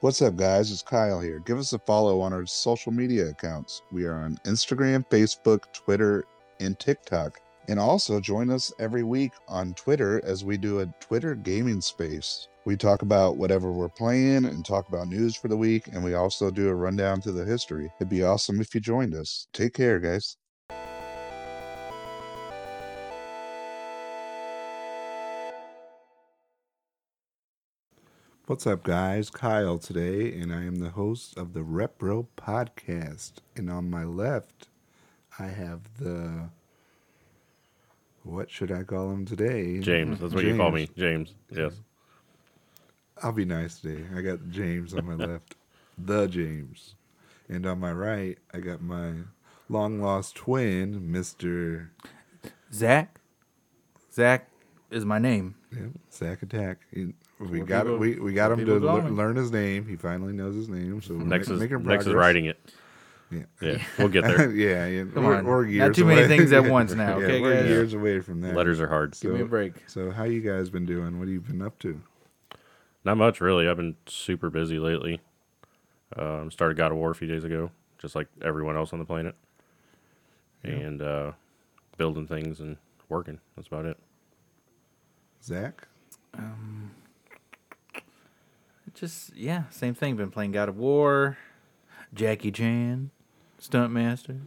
What's up, guys? It's Kyle here. Give us a follow on our social media accounts. We are on Instagram, Facebook, Twitter, and TikTok. And also join us every week on Twitter as we do a Twitter gaming space. We talk about whatever we're playing and talk about news for the week. And we also do a rundown to the history. It'd be awesome if you joined us. Take care, guys. What's up, guys? Kyle today, and I am the host of the Repro Podcast. And on my left, I have the. What should I call him today? James. That's what you call me. James. Yes. I'll be nice today. I got James on my left, the James. And on my right, I got my long lost twin, Mr. Zach. Zach is my name. Yep, Zach Attack. He- we Where got people- we, we got where him to people lear- going? learn his name. He finally knows his name. So we're Next ma- is making next is progress. writing it. Yeah. Yeah. We'll get there. yeah, yeah. Come we're, on. we're Not years too many away. things at once now, yeah, okay, we're guys? years away from that. Letters are hard. Give me a break. So, how you guys been doing? What have you been up to? Not much really. I've been super busy lately. Um, started God of War a few days ago, just like everyone else on the planet. And uh, building things and working. That's about it. Zach? Just yeah, same thing. Been playing God of War, Jackie Chan, Stuntmaster.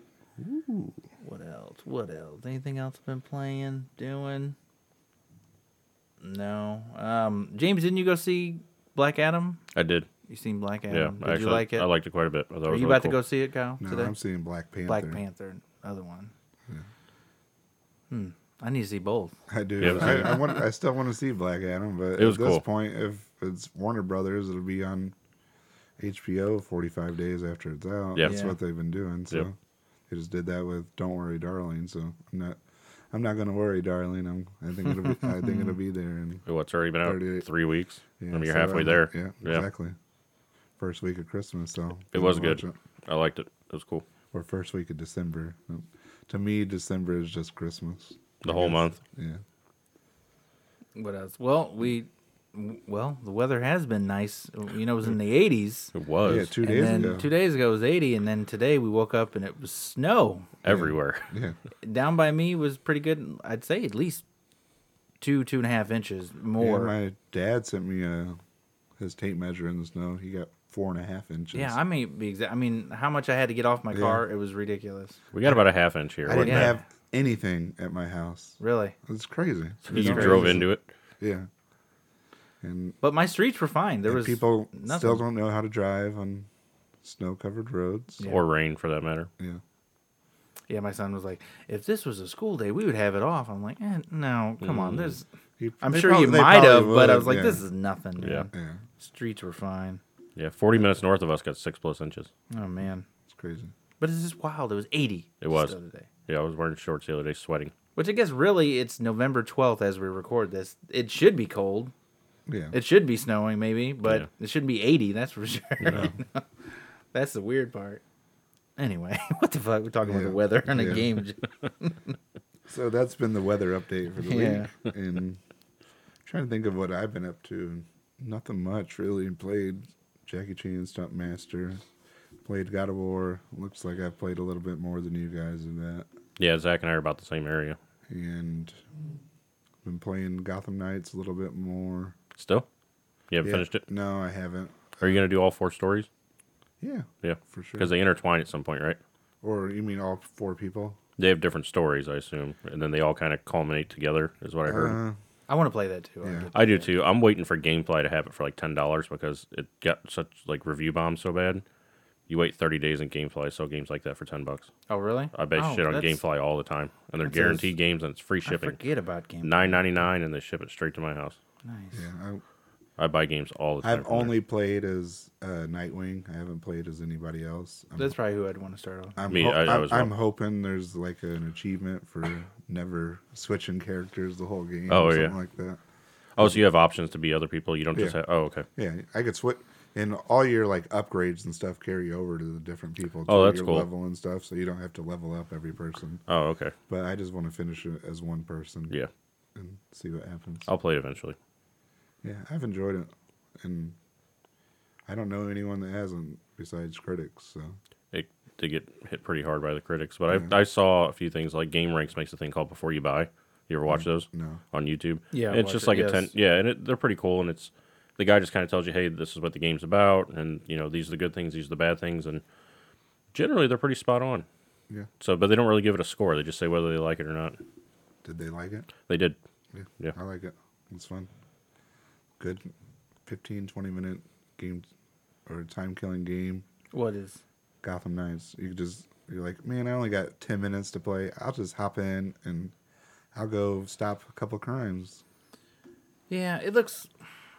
What else? What else? Anything else I've been playing, doing? No. Um, James, didn't you go see Black Adam? I did. You seen Black Yeah. Adam? Did actually, you like it? I liked it quite a bit. I thought it Are was you really about to cool. go see it, Kyle? No, today? I'm seeing Black Panther. Black Panther, other one. Hmm. I need to see both. I do. Yeah, it was I, good. I, want, I still want to see Black Adam, but It was at this cool. point, if it's Warner Brothers, it'll be on HBO 45 days after it's out. Yeah. That's Yeah. what they've been doing. So Yep. they just did that with Don't Worry, Darling. So I'm not. I'm not gonna worry, darling. I'm. I think it'll. Be, I think it'll be there. And What's already been out 38. three weeks. I mean, you're so I'm- halfway there. Yeah, exactly. First week of Christmas, so It was gotta watch good. it. I liked it. It was cool. Or first week of December. To me, December is just Christmas. The whole month. Yeah, What else? Well, we, w- well, the weather has been nice. You know, it was in the 80s. It was yeah. Two and days then ago. two days ago it was 80, and then today we woke up and it was snow. everywhere. yeah, Down by me was pretty good. I'd say at least two, two and a half inches yeah. more. Yeah, My dad sent me uh, his tape measure in the snow. He got four and a half inches. I mean, be exact. I mean, how much I had to get off my Yeah. car, it was ridiculous. We got about a half inch here. I wasn't didn't it? have anything at my house. Really. It's crazy. you know? drove into it. Yeah, and But my streets were fine. There and was people nothing. still don't know how to drive on snow-covered roads. Yeah. Or rain for that matter. yeah. Yeah, my son was like, if this was a school day, we would have it off. I'm like, eh, no, come on. There's, He- I'm Mm. they sure prob- you they might probably have, but I would, was like, yeah. this is nothing. Yeah. man. yeah. Streets were fine. Yeah, 40 minutes north of us got six plus inches. Oh, man. It's crazy. But it's just wild. It was 80. It was. The other day. Yeah, I was wearing shorts the other day, sweating. Which I guess really it's November 12th as we record this. It should be cold. Yeah. It should be snowing, maybe, but Yeah. it shouldn't be 80, that's for sure. that's the weird part. Anyway, what the fuck? We're talking Yeah. about the weather and Yeah. a game. So that's been the weather update for the Yeah. week. And I'm trying to think of what I've been up to. Nothing much really. Played Jackie Chan, Stunt Master. Played God of War. Looks like I've played a little bit more than you guys in that. Yeah, Zach and I are about the same area. And been playing Gotham Knights a little bit more. Still? You haven't Yeah. finished it? No, I haven't. Are you going to do all four stories? Yeah, Yeah. for sure. Because they intertwine at some point, right? or you mean all four people? They have different stories, I assume. And then they all kind of culminate together, is what I heard. Uh, I want to play that too. I Yeah. get I do too. I'm waiting for Gamefly to have it for like $10 because it got such like review bombs so bad. You wait 30 days and Gamefly sell games like that for 10 bucks. Oh, really? I bet oh, shit on that's- Gamefly all the time. And they're That says- guaranteed games and it's free I shipping. forget about Game. Nine ninety nine, and they ship it straight to my house. Nice. yeah, I buy games all the I, time. I've from there. only played as uh, Nightwing. I haven't played as anybody else. I'm That's probably who I'd want to start off. I'm, Me, ho- I- I I'm- was I'm wrong. hoping there's like an achievement for never switching characters the whole game. Oh, or something yeah. like that. Oh, so you have options to be other people. You don't just Yeah. have. Oh, okay. Yeah, I could switch, and all your like upgrades and stuff carry over to the different people. Oh, to that's your cool. Level and stuff, so you don't have to level up every person. Oh, okay. But I just want to finish it as one person. Yeah, Oh. and see what happens. I'll play it eventually. Yeah, I've enjoyed it, and I don't know anyone that hasn't besides critics. So It did get hit pretty hard by the critics, but Mm-hmm. I, I saw a few things like Game Ranks makes a thing called Before You Buy. You ever watch those Mm, no. on YouTube? Yeah, I it's watch just it, like a yes. ten. Yeah, and it, they're pretty cool. And it's the guy just kind of tells you, hey, this is what the game's about, and you know these are the good things, these are the bad things, and generally they're pretty spot on. Yeah. So, but they don't really give it a score. They just say whether they like it or not. Did they like it? They did. Yeah. Yeah. I like it. It's fun. Good 15, 20 minute game or time killing game. What is? Gotham Knights. You could just you're like, man, I only got ten minutes to play. I'll just hop in and I'll go stop a couple crimes. Yeah, it looks.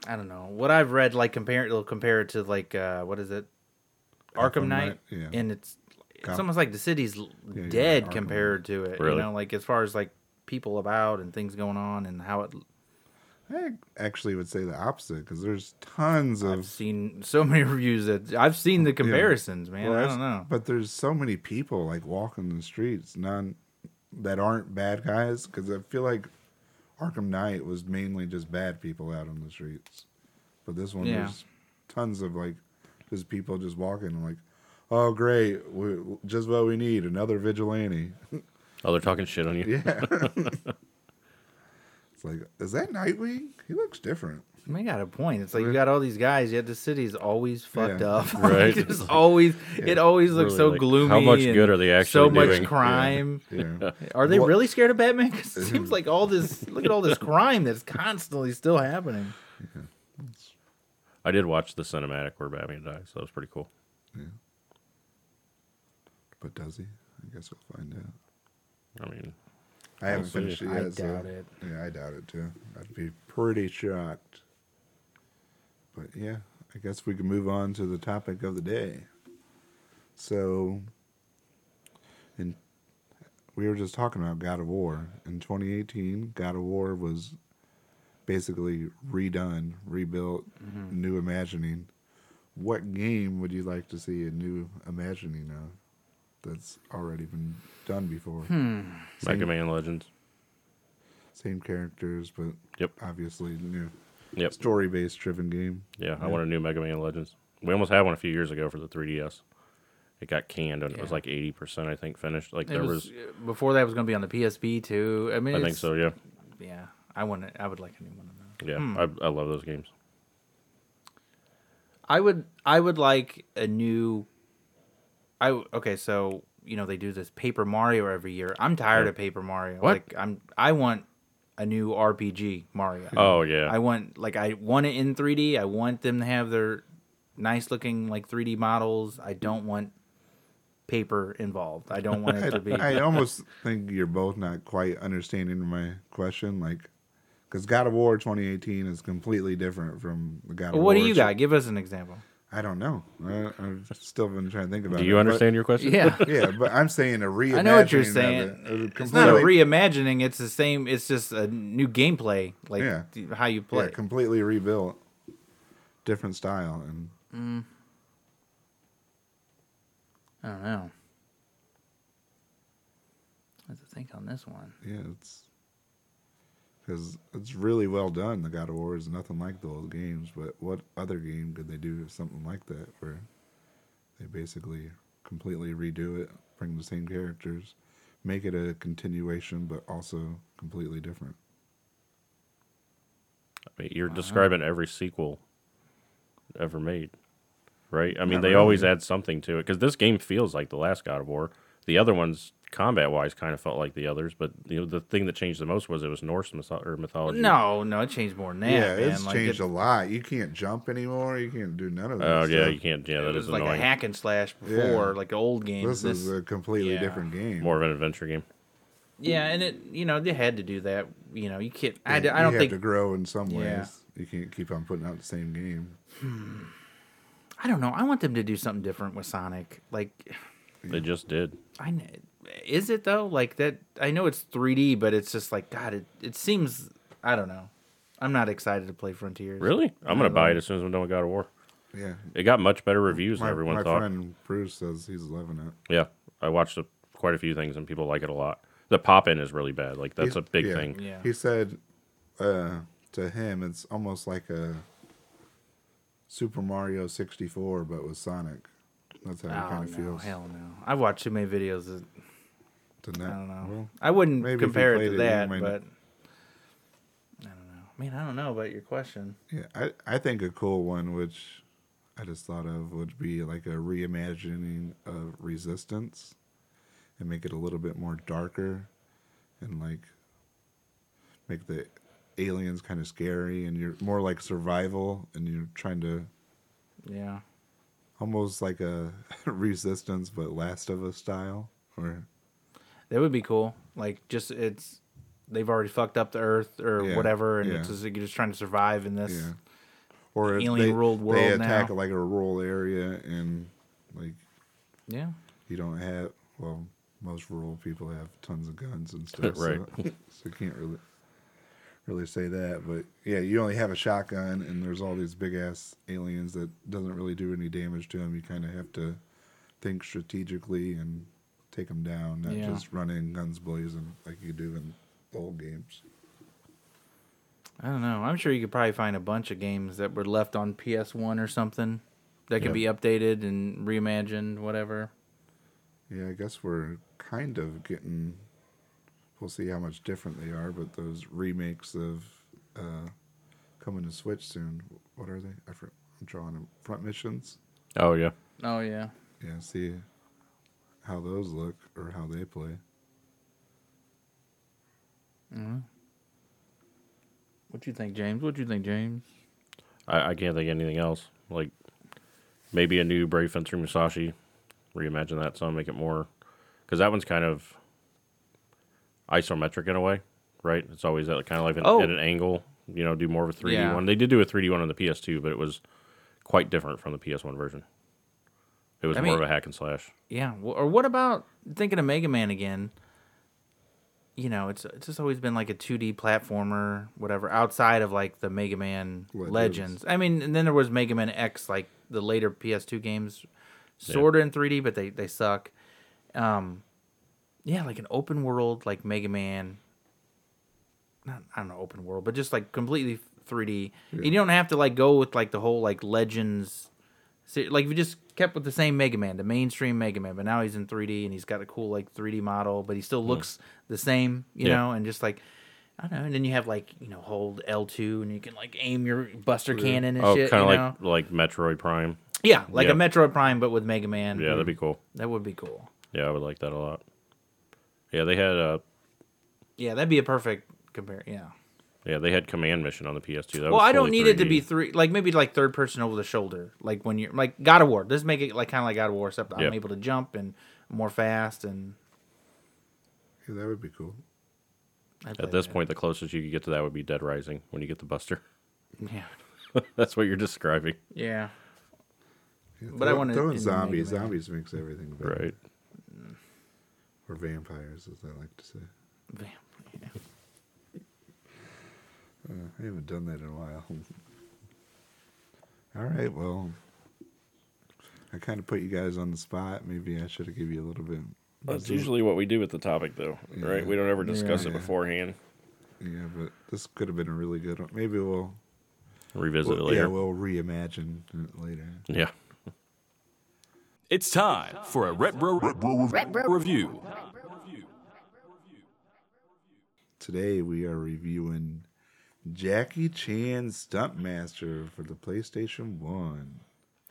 I don't know what I've read. Like compare, it'll compare it to like uh, what is it, Arkham Arkham Knight, Knight, yeah. and it's it's Gotham. almost like the city's l Yeah, you're dead right, Arkham compared to it. Really? You know, like as far as like people about and things going on and how it. I actually would say the opposite because there's tons I've of. seen so many reviews that I've seen the comparisons, man. Well, I that's- don't know. But there's so many people like walking the streets, none that aren't bad guys. Because I feel like Arkham Knight was mainly just bad people out on the streets, but this one Yeah. there's tons of like just people just walking and like, oh great, we, just what we need another vigilante. Oh, they're talking shit on you. Yeah. it's like, is that Nightwing? He looks different. I mean, I got a point. It's like you got all these guys, yet the city's always fucked Yeah. up. Right. Right? it's always it always looks Really, so like, how gloomy. much and good are they So actually doing? much Yeah. crime. Yeah. Are they What- really scared of Batman? 'Cause it Mm-hmm. seems like all this. Look at all this crime that's constantly still happening. I did watch the cinematic where Batman dies. So that was pretty cool. but does he? I guess we'll find out. I mean, I haven't see. finished it yet. I so- doubt it. Yeah, I doubt it too. I'd be pretty shocked. But yeah, I guess we can move on to the topic of the day. So, and we were just talking about God of War. In 2018, God of War was basically redone, rebuilt, Mm-hmm. new imagining. What game would you like to see a new imagining of that's already been done before? Hmm. Mega Man Legends. same characters, but Yep. obviously new Yep. story based driven game. Yeah, I want a new Mega Man Legends. We almost had one a few years ago for the 3DS. It got canned and it was Yeah. like 80%, I think, finished. Like It there was, was, before that was going to be on the PSP too. I mean, I think it's- so, yeah. Yeah, I want. to I would like a new one of those. Yeah, I, I love those games. I would. I would like a new. I w- okay. So you know they do this Paper Mario every year. I'm tired of Paper Mario. What? Like I'm. I want a new RPG Mario. Oh, yeah. I want like I want it in 3D. I want them to have their nice looking like 3D models. I don't want paper involved. I don't want it to be. I almost think you're both not quite understanding my question, like, because God of War 2018 is completely different from the God of War. what do you tri- got? Give us an example. I don't know. I, I've still been trying to think about. Do it, you but- understand your question? Yeah. yeah, but I'm saying a reimagining. I know what you're of saying. it. A It's not a completely- reimagining. It's the same. It's just a new gameplay, like Yeah. th- how you Yeah, play. completely rebuilt, different style, and I don't know. What to think on this one? yeah, it's because it's really well done. The God of War is nothing like the old games, but what other game could they do something like that where they basically completely redo it, bring the same characters, make it a continuation, but also completely different? I mean, you're Uh-huh. describing every sequel ever made, right? I mean, Not they really. always add something to it because this game feels like the last God of War. The other ones, combat wise, kind of felt like the others, but you know, the thing that changed the most was it was Norse mytho- or mythology. No, no, it changed more than that. yeah, man. it's like changed it, a lot. You can't jump anymore. You can't do none of that. Oh, yeah, stuff. you can't. Yeah, It that was is like annoying. a hack and slash before, like an old game. This, is a completely yeah. different game. More of an adventure game. Yeah, and it you know they had to do that. You know you can't. I, d- You I don't have think to grow in some ways. Yeah. You can't keep on putting out the same game. I don't know. I want them to do something different with Sonic. Like, They just did. I kn- is it though? Like that? I know it's 3D, but it's just like God. It it seems. I don't know. I'm not excited to play Frontiers. Really? I'm gonna buy it as soon as I'm done with God of War. Yeah, It got much better reviews my, than everyone my thought. friend Bruce says he's loving it. Yeah, I watched a, quite a few things and people like it a lot. The pop in is really bad. Like that's He's- a big yeah. thing. Yeah. He said uh, to him, it's almost like a Super Mario 64, but with Sonic. That's how it Oh, kind no, of feels. hell no. I've watched too many videos. That, Doesn't it? I don't know. Well, I wouldn't maybe if you compare it played to it, you that, might- but I don't know. I mean, I don't know about your question. yeah, I, I think a cool one, which I just thought of, would be like a reimagining of Resistance and make it a little bit more darker and like make the aliens kind of scary and you're more like survival and you're trying to Yeah. almost like a resistance but last of us style or That would be cool. Like, just it's they've already fucked up the Earth or Yeah, whatever, and yeah. it's just, you're just trying to survive in this. yeah or if Alien they, ruled they world attack now. like a rural area and like Yeah. you don't have well most rural people have tons of guns and stuff so, Right. so you can't really really say that but yeah you only have a shotgun and there's all these big ass aliens that doesn't really do any damage to them you kind of have to think strategically and take them down not Yeah. just run in guns blazing like you do in the old games I don't know. I'm sure you could probably find a bunch of games that were left on PS1 or something that could Yeah. be updated and reimagined, whatever. Yeah, I guess we're kind of getting. We'll see how much different they are, but those remakes of uh, coming to Switch soon. What are they? I for, I'm drawing them. Front missions. Oh yeah. Oh yeah. Yeah, see how those look or how they play. Mm-hmm. What you think, James? What you think, James? I, I can't think of anything else. Like maybe a new Brave Fencer Musashi. Reimagine that some, make it more because that one's kind of isometric in a way, right? It's always at kind of like an, Oh. at an angle. You know, do more of a 3D Yeah. one. They did do a 3D one on the PS2, but it was quite different from the PS1 version. It was I more mean- of a hack and slash. Yeah. wh- Or what about thinking of Mega Man again? You know, it's it's just always been like a 2D platformer, whatever, outside of like the Mega Man Legends. Legends. I mean, and then there was Mega Man X, like the later PS2 games, sort of in 3D, but they they suck. Um, yeah, like an open world, like Mega Man. Not I don't know, open world, but just like completely 3D. And you don't have to like go with like the whole like Legends See, like if you just kept with the same Mega Man, the mainstream Mega Man, but now he's in 3D and he's got a cool like 3D model, but he still looks the same, you Yeah. know, and just like I don't know. And then you have like you know hold L two and you can like aim your Buster Cannon and Oh, shit. kind of you like know? like Metroid Prime. yeah, like yeah. a Metro Prime but with Mega Man. Yeah, that'd be cool. that would be cool. Yeah, I would like that a lot. Yeah, they had uh Yeah, that'd be a perfect compare. Yeah. yeah they had Command Mission on the PS2. That well, was I don't fully need it to 3D. be three, like maybe like third person over the shoulder, like when you're like God of War. Let's make it like kind of like God of War, except Yeah. I'm able to jump and more fast and. Yeah, that would be cool. I'd play At this that. point, the closest you could get to that would be Dead Rising when you get the Buster. yeah, That's what you're describing, yeah. Yeah, But I throw- wanna- throw in in zombies. Mega Man. Zombies makes everything better. right? Or vampires, as I like to say. Vamp. Uh, I haven't done that in a while. All right, well, I kind of put you guys on the spot. Maybe I should have give you a little bit. That's usually what we do with the topic, though, right? We don't ever discuss Yeah. it beforehand. Yeah, but this could have been a really good one. Maybe we'll, Revisit we'll- it yeah, later. we'll reimagine it later. yeah. It's time for a retro, review. Today we are reviewing Jackie Chan Stuntmaster for the PlayStation One.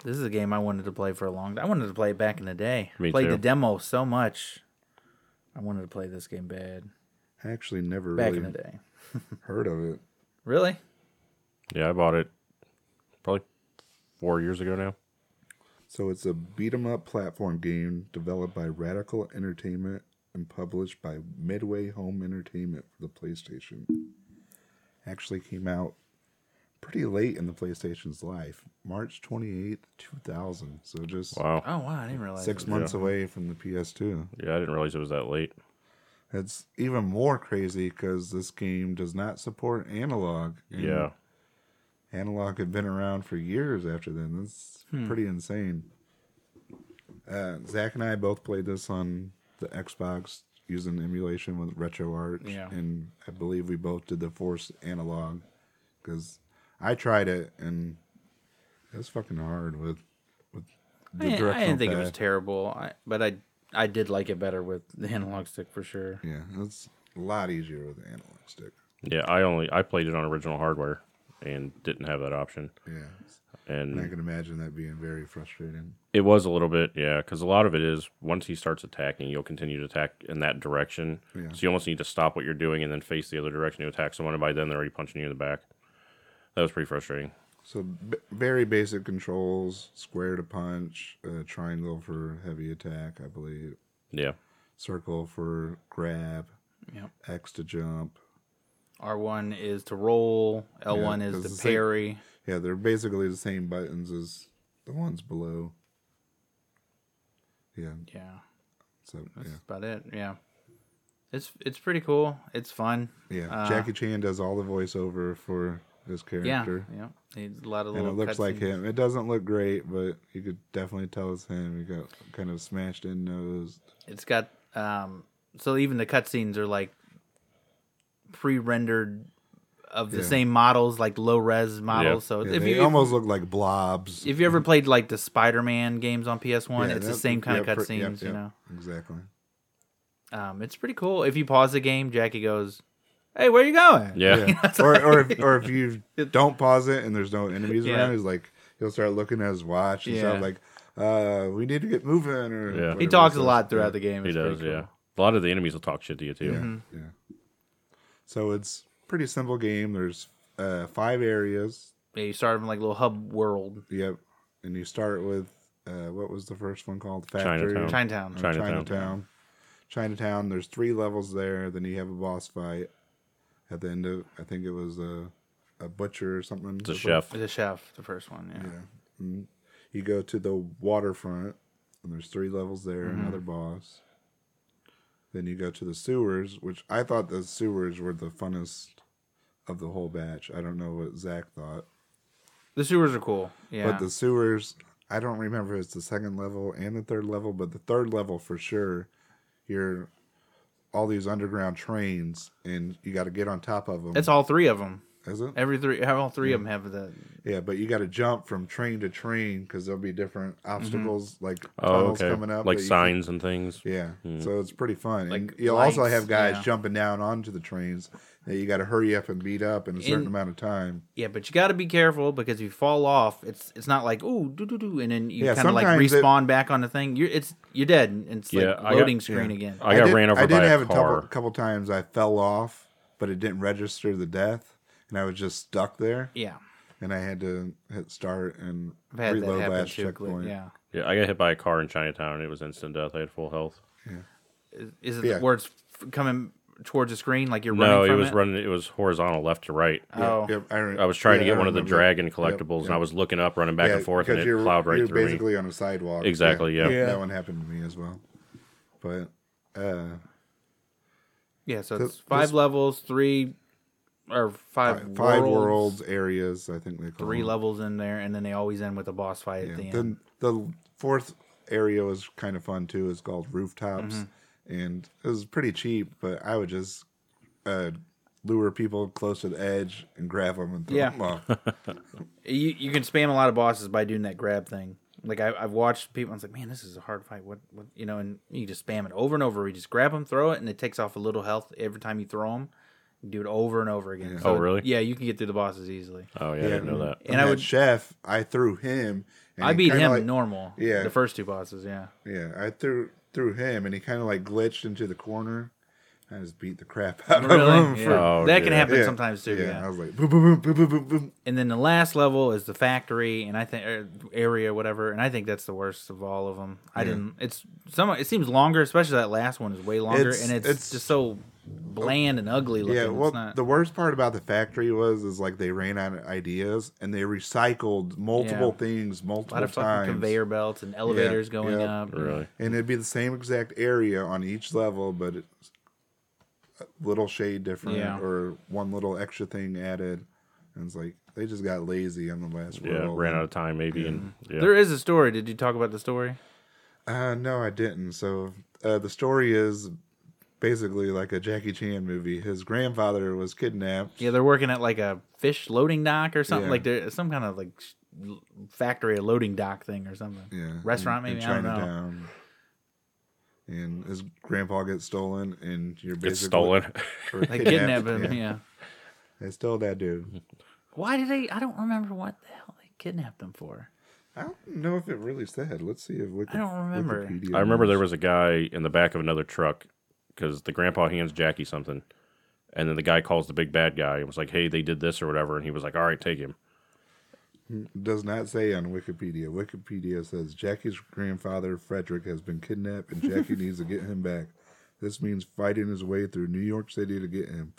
This is a game I wanted to play for a long time. I wanted to play it back in the day. Me Played too. the demo so much. I wanted to play this game bad I actually never back in really the day. heard of it. Really? Yeah, I bought it probably four years ago now. So it's a beat 'em up platform game developed by Radical Entertainment and published by Midway Home Entertainment for the PlayStation. Actually came out pretty late in the PlayStation's life, March 28th, 2000. So just Wow. Oh wow, I didn't realize. six it. months away from the PS2. Yeah, I didn't realize it was that late. It's even more crazy because this game does not support analog. and Yeah. analog had been around for years after then. That's Hmm. pretty insane. Uh, Zach and I both played this on the Xbox using emulation with RetroArch, Yeah. and I believe we both did the Force analog because I tried it and That's fucking hard with with I, didn't- I directional didn't think it was pad. terrible, I, but I I did like it better with the analog stick for sure. Yeah, that's a lot easier with the analog stick. Yeah, I only I played it on original hardware and didn't have that option. Yeah, And and I can imagine that being very frustrating. It was a little bit, yeah, because a lot of it is once he starts attacking, you'll continue to attack in that direction. Yeah. So you almost need to stop what you're doing and then face the other direction to attack someone, and by then they're already punching you in the back. That was pretty frustrating. So b- very basic controls: square to punch, uh, triangle for heavy attack, I believe, Yeah, circle for grab, Yep. X to jump. R one is to roll, L one Yeah, 'cause is it's to like- parry. Yeah, they're basically the same buttons as the ones below. Yeah, yeah, so that's yeah, about it. Yeah, it's it's pretty cool. It's fun. yeah. Uh, Jackie Chan does all the voiceover for his character. Yeah, yeah. It's a lot of and little. it looks like cutscenes. him. It doesn't look great, but you could definitely tell it's him. He got kind of smashed in nose. It's got um so even the cutscenes are like pre-rendered of the Yeah. same models, like low res models. Yeah. So Yeah, if they you almost look like blobs. if you ever played like the Spider-Man games on PS One, Yeah, it's the that- same kind yeah, of per- cutscenes. yep, You yep, know, exactly. um, it's pretty cool. If you pause the game, Jackie goes, "Hey, where you going?" yeah, Yeah. or or if, or if you don't pause it and there's no enemies Yeah. around, he's like he'll start looking at his watch and Yeah. stuff like, uh, we need to get moving. Or Yeah. whatever He talks a says. lot Yeah. throughout the game. he It's does. pretty cool. Mm-hmm. Yeah, a lot of the enemies will talk shit to you too. Yeah, yeah. So it's pretty simple game. There's uh, five areas. Yeah, you start from like a little hub world, Yep, and you start with uh, what was the first one called? Chinatown. Factory. Chinatown. Chi- Chinatown. Chinatown. Chinatown. There's three levels there. Then you have a boss fight at the end of. I think it was a, a butcher or something. It's a chef. the chef, the first one. Yeah. You go to the waterfront, and there's three levels there. Mm-hmm. Another boss. Then you go to the sewers, which I thought the sewers were the funnest of the whole batch. I don't know what Zach thought, The sewers are cool. Yeah. but the sewers. I don't remember if it's the second level and the third level, but the third level for sure. You're all these underground trains, and you got to get on top of them. it's all three of them. is it? Every three, all three of them have the. Yeah, but you got to jump from train to train because there'll be different Mm-hmm. obstacles, like Oh, tunnels okay. coming up, like that you signs and things. can- yeah, so it's pretty fun. and Hmm. Like you'll also lights, have guys yeah. jumping down onto the trains that you got to hurry up and beat up in a certain In- amount of time. Yeah, but you got to be careful because if you fall off, it's it's not like ooh do do do, and then you Yeah, kind of like sometimes it- respawn back on the thing. You're it's you're dead. and It's Yeah, I like got- loading screen yeah. again. I got did, ran over I did by a have car. couple couple times I fell off, but it didn't register the death, and I was just stuck there, yeah, and I had to hit start and I've had reload that happen last too. but checkpoint. Yeah, Yeah, I got hit by a car in Chinatown. and It was instant death. I had full health. is it Yeah. where it's f- coming towards the screen like you're No, running? it from was running. It was horizontal, left to right. Oh, Yep, re- I was trying to yeah, get I one of the remember. dragon collectibles, Yep, and I was looking up, running back and forth, and because it plowed right you're through me. basically on a sidewalk. Exactly, yeah. That one happened to me as well. But uh, yeah. So Th- it's five this- levels, three or five five, five worlds, worlds areas, I think they call three them. levels in there, and then they always end with a boss fight Mm-hmm. Yeah. at the end. Then the fourth area was kind of fun too. It's called rooftops, Mm-hmm. and it was pretty cheap. But I would just uh, lure people close to the edge and grab them and throw Yeah. them off. You you can spam a lot of bosses by doing that grab thing. Like I, I've watched people, I was like, man, this is a hard fight. What, what, you know? And you just spam it over and over. You just grab them, throw it, and it takes off a little health every time you throw them. do it over and over again. Oh, really? Yeah, you can get through the bosses easily. Oh yeah, I didn't know that. And I would chef. I threw him. And I he beat kinda him like- normal. Yeah. the first two bosses. Yeah, Yeah, I threw threw him, and he kind of like glitched into the corner. I just beat the crap out of him. really? Yeah. for- Oh, that can yeah. happen sometimes too. Yeah. I was like, boom, boom, boom, boom, boom, boom. And then the last level is the factory, and I think er, area whatever. And I think that's the worst of all of them. I didn't. It's some. It seems longer, especially that last one is way longer, It's- and it's, it's- just so bland and ugly looking. Yeah, well, it's not, the worst part about the factory was is like they ran out of ideas, and they recycled multiple Yeah. things a multiple lot of fucking times. conveyor belts and elevators going yeah. up. Really? And it'd be the same exact area on each level, but it's a little shade different, Yeah. or one little extra thing added. And it's like they just got lazy on the last Yeah, world. ran out of time maybe, and yeah. There is a story. Did you talk about the story? Uh, no, I didn't. So uh, the story is basically like a Jackie Chan movie. His grandfather was kidnapped. Yeah, they're working at like a fish loading dock or something Yeah. like there, some kind of like sh- l- factory or loading dock thing or something. Yeah, Restaurant maybe? I don't know. Chinatown. And his grandpa gets stolen, and you're basically It's stolen. or They kidnapped, kidnap him. Yeah. They stole that Mm-hmm. dude. Why did they? I don't remember what the hell they kidnapped him for. I don't know if it really said. Let's see if Wiki- I don't remember. Wikipedia I remember there knows. was a guy in the back of another truck because the grandpa hands Jackie something, and then the guy calls the big bad guy and was like, "Hey, they did this or whatever," and he was like, "All right, take him." does not say on Wikipedia. Wikipedia says Jackie's grandfather Frederick has been kidnapped, and Jackie needs to get him back. This means fighting his way through New York City to get him.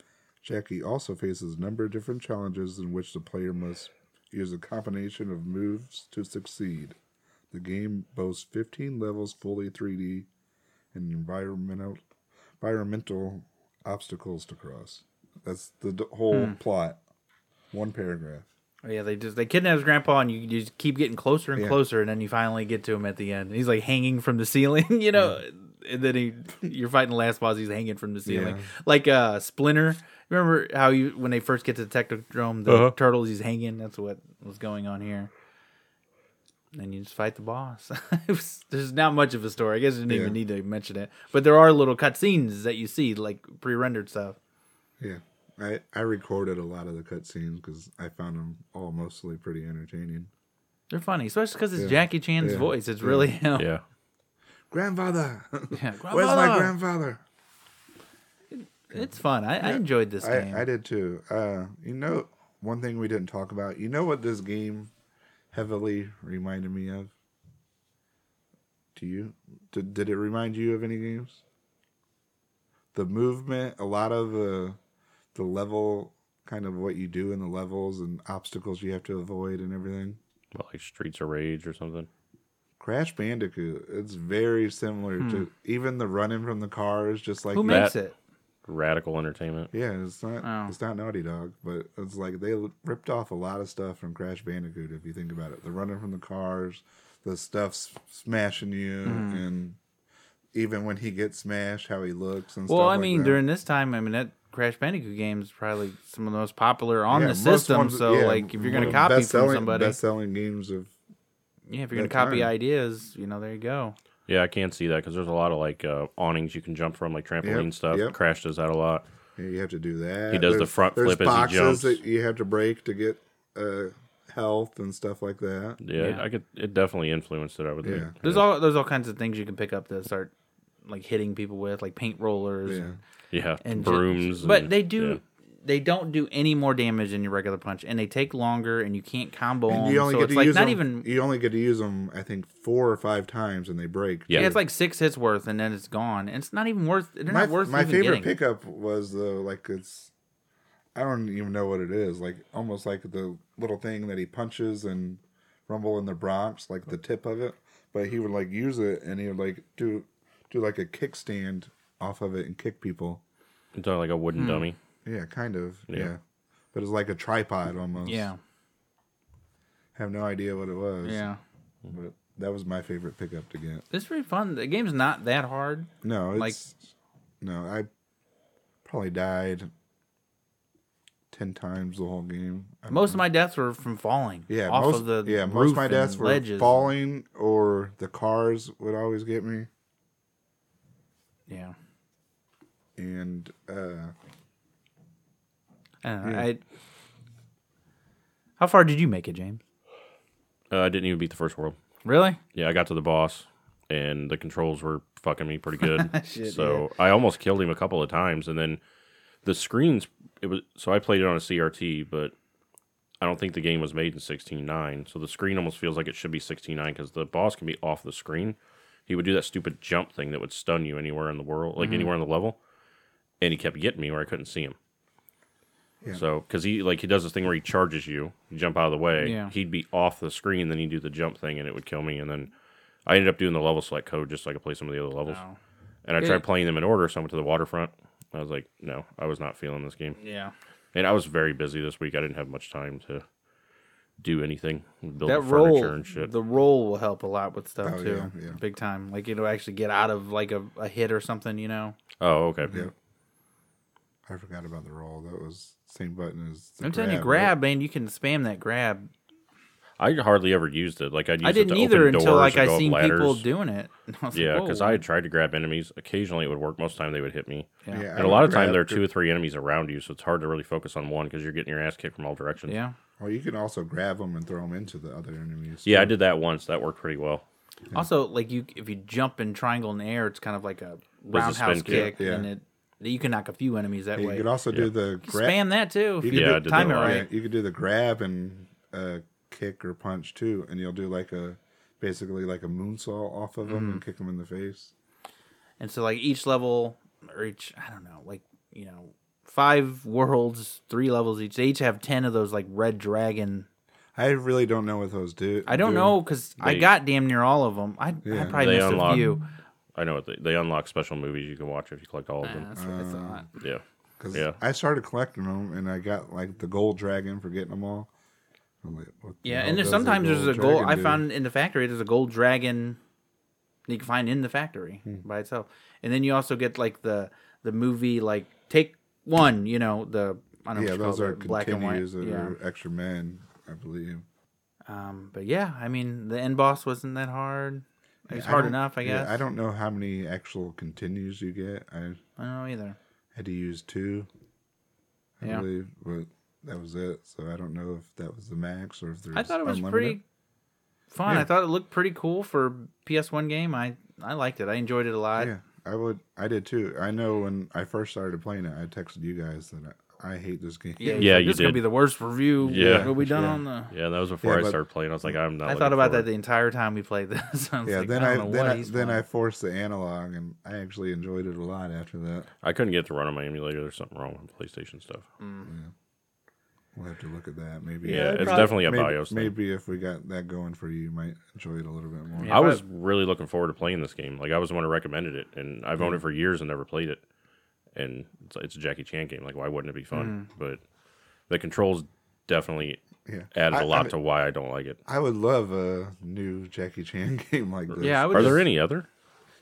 Jackie also faces a number of different challenges in which the player must use a combination of moves to succeed. The game boasts 15 levels, fully 3D, and environmental environmental obstacles to cross. That's the d- whole plot. One paragraph. Oh, yeah, they just they kidnap his grandpa, and you, you just keep getting closer and Yeah. closer, and then you finally get to him at the end, and he's like hanging from the ceiling, you know. And then he, you're fighting the last boss, he's hanging from the ceiling, Yeah. like uh Splinter. Remember how you when they first get to the Technodrome, the Uh-huh. turtles, he's hanging. That's what was going on here. And you just fight the boss. it was, there's not much of a story. I guess I didn't Yeah. even need to mention it, but there are little cutscenes that you see, like pre-rendered stuff. Yeah, I I recorded a lot of the cutscenes because I found them all mostly pretty entertaining. They're funny, especially because it's Yeah. Jackie Chan's Yeah. voice. It's Yeah. really him. Yeah, Grandfather, Yeah, where's my grandfather! grandfather? It's fun. I, I enjoyed this game. I, I did too. Uh, you know, one thing we didn't talk about. You know what this game heavily reminded me of? Do you? Did, did it remind you of any games? The movement, a lot of the the level, kind of what you do in the levels and obstacles you have to avoid and everything. well, like Streets of Rage or something. Crash Bandicoot. It's very similar to even the running from the cars, just like Hmm. Who that. makes That- it? Radical Entertainment. Yeah, it's not Oh. it's not Naughty Dog, but it's like they l- ripped off a lot of stuff from Crash Bandicoot. If you think about it, the running from the cars, the stuff s- smashing you, Hmm. and even when he gets smashed, how he looks and stuff. Well, I like mean, that. during this time, I mean that Crash Bandicoot game is probably some of the most popular on Yeah, the most system. ones- So, yeah, like, if you're one gonna of the copy from best-selling- somebody, best-selling games of yeah, if you're gonna that copy time. ideas, you know, there you go. Yeah, I can see that because there's a lot of like uh, awnings you can jump from, like trampoline Yep, stuff. yep. Crash does that a lot. Yeah, you have to do that. He does the front there's flip as he boxes jumps. that you have to break to get uh, health and stuff like that. Yeah, Yeah. I could. It definitely influenced it. I would think. Yeah. There's all there's all kinds of things you can pick up to start like hitting people with, like paint rollers Yeah. and, Yeah, and brooms. But and- they do. yeah. They don't do any more damage than your regular punch, and they take longer, and you can't combo And them. you only Um, so get it's to like use not them, e-, even You only get to use them, I think, four or five times, and they break. Yeah. yeah. it's like six hits worth, and then it's gone. And it's not even worth. They're my not worth. my even favorite getting. pickup was the like it's. I don't even know what it is. Like almost like the little thing that he punches and Rumble in the Bronx, like the tip of it. But he would like use it, and he would like do do like a kickstand off of it and kick people. It's not like a Hmm. wooden dummy. Yeah, kind of. Yeah. Yeah. But it's like a tripod almost. Yeah, have no idea what it was. yeah. But that was my favorite pickup to get. It's pretty fun. The game's not that hard. No, it's Like- no, I probably died ten times the whole game. I don't Most of my deaths were from falling. Yeah, off most, of the yeah, roof most of my and deaths were ledges. falling or the cars would always get me. Yeah, And uh I don't know. I, how far did you make it, James? Uh, I didn't even beat the first world. Really? Yeah, I got to the boss, and the controls were fucking me pretty good. Shit, so I almost killed him a couple of times, and then the screens. It was so I played it on a CRT, but I don't think the game was made in sixteen nine. So the screen almost feels like it should be sixteen nine because the boss can be off the screen. He would do that stupid jump thing that would stun you anywhere in the world, Mm-hmm. like anywhere on the level, and he kept getting me where I couldn't see him. Yeah. So, because he like he does this thing where he charges you, you jump out of the way. Yeah. He'd be off the screen, then he'd do the jump thing, and it would kill me. And then I ended up doing the level select code just so I could play some of the other levels. Oh. And I Yeah. tried playing them in order, so I went to the waterfront. I was like, no, I was not feeling this game, Yeah. and I was very busy this week. I didn't have much time to do anything, build That furniture roll, and shit. the roll will help a lot with stuff Oh, too, yeah, yeah. big time. Like it'll actually get out of like a, a hit or something, you know. Oh, okay. Yeah. I forgot about the roll. That was same button as. The I'm telling you, right? grab, man. You can spam that grab. I hardly ever used it. Like I'd use I it didn't to either open until doors like or I go up seen ladders. people doing it. And I was like, yeah, because "Whoa." I had tried to grab enemies. Occasionally it would work. Most of the time they would hit me. Yeah. Yeah. And a lot of grab time there are to- two or three enemies around you, so it's hard to really focus on one because you're getting your ass kicked from all directions. yeah. Well, you can also grab them and throw them into the other enemies. Yeah, I too. did that once. That worked pretty well. Also, like you, if you jump and triangle in the air, it's kind of like a a roundhouse spin kick, kick. Yeah. and it you can knock a few enemies that You way. could also do the grab. Spam that too if You could you, do- Yeah, I did time it that a lot. right. Oh, Yeah, you could do the grab and uh, kick or punch too, and you'll do like a basically like a moonsault off of them Mm-hmm. and kick them in the face. And so, like each level or each, I don't know, like you know, five worlds, three levels each. They each have ten of those like red dragon. I really don't know what those do. I don't do. know because I They- got damn near all of them. I, I Yeah. probably They missed unlock- a few. I know it. They, they unlock special movies you can watch if you collect all of them. That's what I Uh, thought. Yeah. 'Cause Yeah. I started collecting them, and I got like the gold dragon for getting them all. I'm like, what the Yeah, hell and there's does the sometimes there's gold a gold. dragon I do? found in the factory there's a gold dragon that you can find in the factory Hmm. by itself, and then you also get like the the movie like take one. You know the I don't know yeah, what you call those are it, the black and white. continues that Yeah. are extra men, I believe. Um, but yeah, I mean the end boss wasn't that hard. It was I hard don't- enough, I yeah, guess. I don't know how many actual continues you get. I I don't know either. had to use two, I Yeah. believe, but that was it. So I don't know if that was the max or if there's. I thought it was unlimited. pretty fun. I Yeah. thought it looked pretty cool for PS1 game. I I liked it. I enjoyed it a lot. Yeah, I would. I did too. I know when I first started playing it, I texted you guys that I, I hate this game. Yeah, Yeah, like, you this is gonna did. be the worst review Yeah. we'll be done Yeah. on the Yeah, that was before Yeah, I but- started playing. I was like, I'm not. I looking thought about that forward. the entire time we played this. I was Yeah, like, then I I, don't know then what I he's then I playing. forced the analog, and I actually enjoyed it a lot after that. I couldn't get it to run on my emulator. There's something wrong with PlayStation stuff. We'll have to look at that. Maybe Yeah, it's definitely a maybe, BIOS thing. Maybe if we got that going for you, you might enjoy it a little bit more. Yeah. I if I- was really looking forward to playing this game. Like I was the one who recommended it, and I've Mm. owned it for years and never played it. And it's, it's a Jackie Chan game. Like why wouldn't it be fun? Mm. But the controls definitely Yeah. added I- a lot I- to why I don't like it. I would love a new Jackie Chan game like this. Yeah, I would Are there just- any other?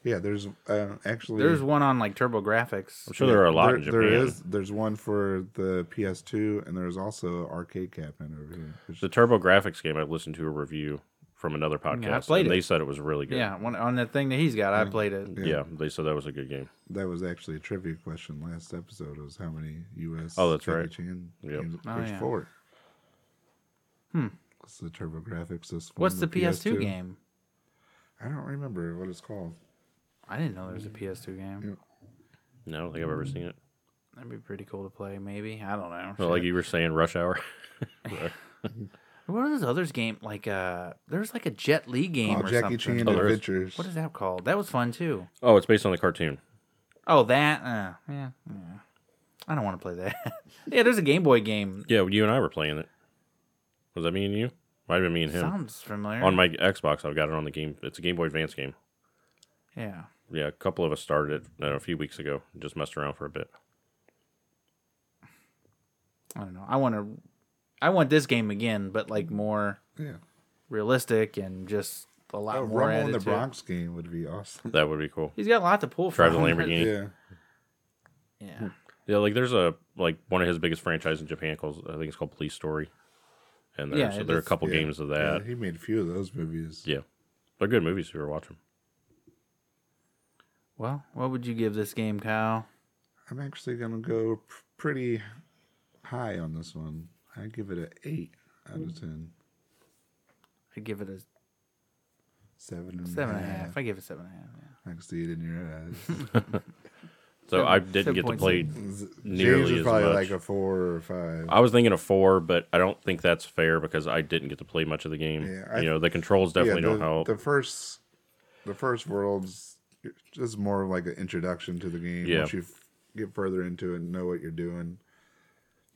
yeah. There's uh, actually There's one on like Turbo Graphics. Oh, I'm sure there are a lot there, in Japan. there is there's one for the PS2, and there's also an arcade cabinet over here. which- The Turbo Graphics game I listened to a review from another podcast, played and it. they said it was really good. Yeah, one on the thing that he's got. I Mm. played it. yeah, they said that was a good game. that was actually a trivia question last episode. Was how many U.S. Oh, that's Jackie right. Chan Yep. games Oh, pushed yeah. forward? Hmm. What's the TurboGrafx? This one. What's the PS2 game? I don't remember what it's called. I didn't know there Mm. was a PS2 game. No, I don't think I've Mm. ever seen it. That'd be pretty cool to play. Maybe I don't know. Well, like you were saying, Rush Hour. What are those others game? Like uh, there's like a Jet Li game Oh, or Jackie something. Chan Oh, there is. Adventures. What is that called? That was fun too. oh, it's based on the cartoon. Oh, that. Uh, yeah, yeah. I don't want to play that. yeah, there's a Game Boy game. Yeah, you and I were playing it. Was that me and you? Might have been me and him. Sounds familiar. on my Xbox, I've got it on the game. It's a Game Boy Advance game. yeah. Yeah, a couple of us started it uh, a few weeks ago. and Just messed around for a bit. I don't know. I want to. I want this game again, but like more Yeah. realistic and just a lot Oh, more. Rumble in Added the to it. Bronx game would be awesome. That would be cool. He's got a lot to pull Drive from. the Lamborghini. Yeah. Yeah. Yeah, like there's a like one of his biggest franchises in Japan called I think it's called Police Story, and there's Yeah, there are a it's- couple yeah. games of that. Yeah, Yeah, he made a few of those movies. they're good movies if you ever watch them. Well, what would you give this game, Kyle? I'm actually gonna go p- pretty high on this one. I give it a eight out of ten. I'd give it a Seven and seven and a half. I give it seven and a half. Yeah. I can see it in your eyes. So I didn't get to 7.7. play. Nearly James is as probably much. like a four or a five. I was thinking of four, but I don't think that's fair because I didn't get to play much of the game. Yeah, I- you know the controls definitely the, don't help. The first, the first world's just more of like an introduction to the game. Yeah. Once you f- get further into it and know what you're doing,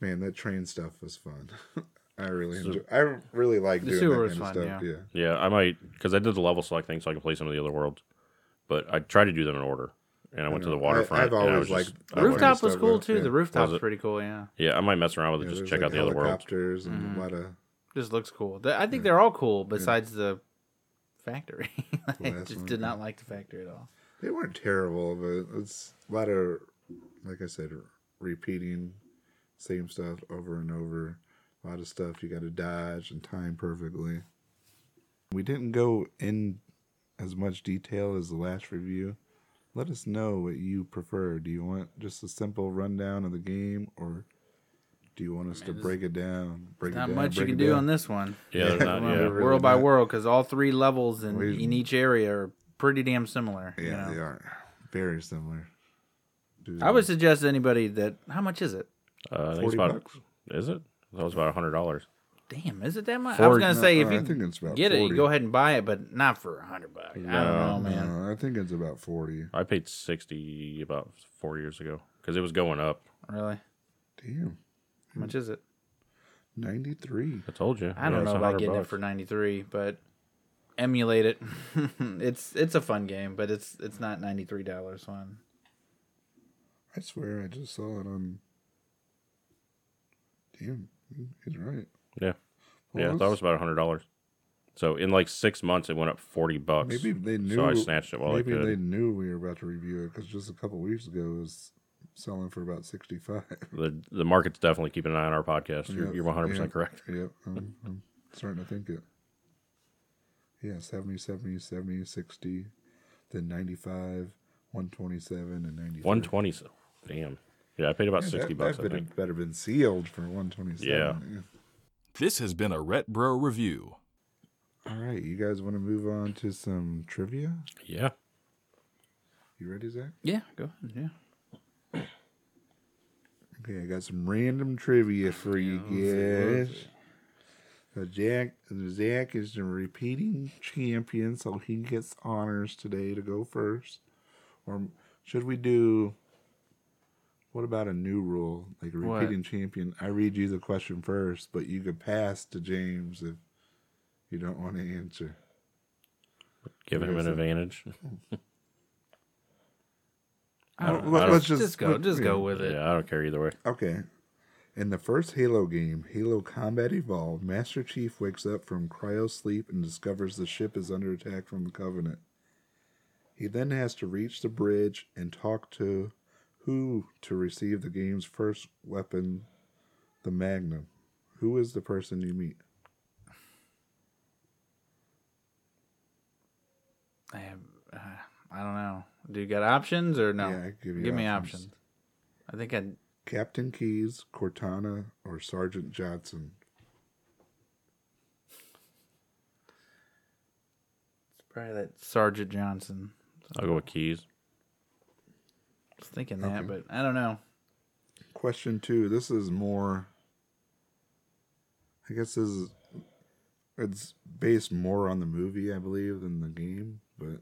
man, that train stuff was fun. I really, enjoy, I really like The doing sewer that was kind of fun, stuff. yeah. Yeah. Yeah, I might because I did the level select thing, so I can play some of the other worlds. But I tried to do them in order, and I went to the know. waterfront. I- I've and I always was just- liked the I wasn't- Rooftop was stuff, cool yeah. too. Yeah. The rooftop's Was it- pretty cool. Yeah, yeah, I might mess around with it. Yeah, just there's, check like, out the other worlds. helicopters and Mm-hmm. a lot of. just looks cool. The- Hmm. I think they're all cool besides the factory. I last just one, did yeah. not like the factory at all. They weren't terrible, but it's a lot of, like I said, repeating same stuff over and over. A lot of stuff you got to dodge and time perfectly. We didn't go in as much detail as the last review. Let us know what you prefer. Do you want just a simple rundown of the game, or do you want us to break it down? Break Not it down, much you break can it do down? on this one. Yeah, Yeah. they're not, Well, yeah. Really world by not. world, because all three levels in, We- in each area are pretty damn similar. you Yeah, know? they are very similar. Do I would suggest anybody that how much is it? Uh, I think it's forty about, bucks. Is it? That was about hundred dollars. Damn, is it that much? I Four- was gonna say Uh, if I you think it's about get 40. it, go ahead and buy it, but not for a hundred bucks. I No, don't know, man. Uh, I think it's about forty. I paid sixty about four years ago because it was going up. Really, Damn, how much is it? ninety three. I told you. I don't Yeah, it's know about 100 getting bucks. it for ninety three, but emulate it. it's it's a fun game, but it's it's not ninety three dollars one. I swear I just saw it on. Damn, he's right. Yeah. Well, yeah, I thought it was that's- about hundred dollars. So in like six months, it went up forty bucks. Maybe they knew. So I snatched it while I maybe could. they knew we were about to review it because just a couple weeks ago it was selling for about sixty five. The the market's definitely keeping an eye on our podcast. You're, Yeah, you're 100 percent yeah. correct. yep, I'm, I'm starting to think it. Yeah, 70, 70, 70, 60, then 95, 127, and 93. 120. so- Damn. Yeah, I paid about Yeah, 60 that, bucks. That I better, think. better been sealed for 127. Yeah. This has been a Ret Bro review. All right, you guys want to move on to some trivia? Yeah. You ready, Zach? Yeah, go ahead. Yeah. Okay, I got some random trivia for you guys. So Jack, Zach is the repeating champion, so he gets honors today to go first. Or should we do? What about a new rule, like a What? repeating champion? I read you the question first, but you could pass to James if you don't want to answer. Give him an Listen. advantage. I don't, Let- I let's just, go. let- just yeah. go with it. Yeah, I don't care either way. Okay. In the first Halo game, Halo Combat Evolved, Master Chief wakes up from cryo sleep and discovers the ship is under attack from the Covenant. He then has to reach the bridge and talk to who to receive the game's first weapon, the Magnum. Who is the person you meet? I have. Uh, I don't know. Do you got options or no? Yeah, I give you me options. options. I think I. Captain Keys, Cortana, or Sergeant Johnson? It's probably that Sergeant Johnson. I'll go with keys. I was thinking that, but I don't know. Question two. This is more. I guess this is. It's based more on the movie, I believe, than the game. But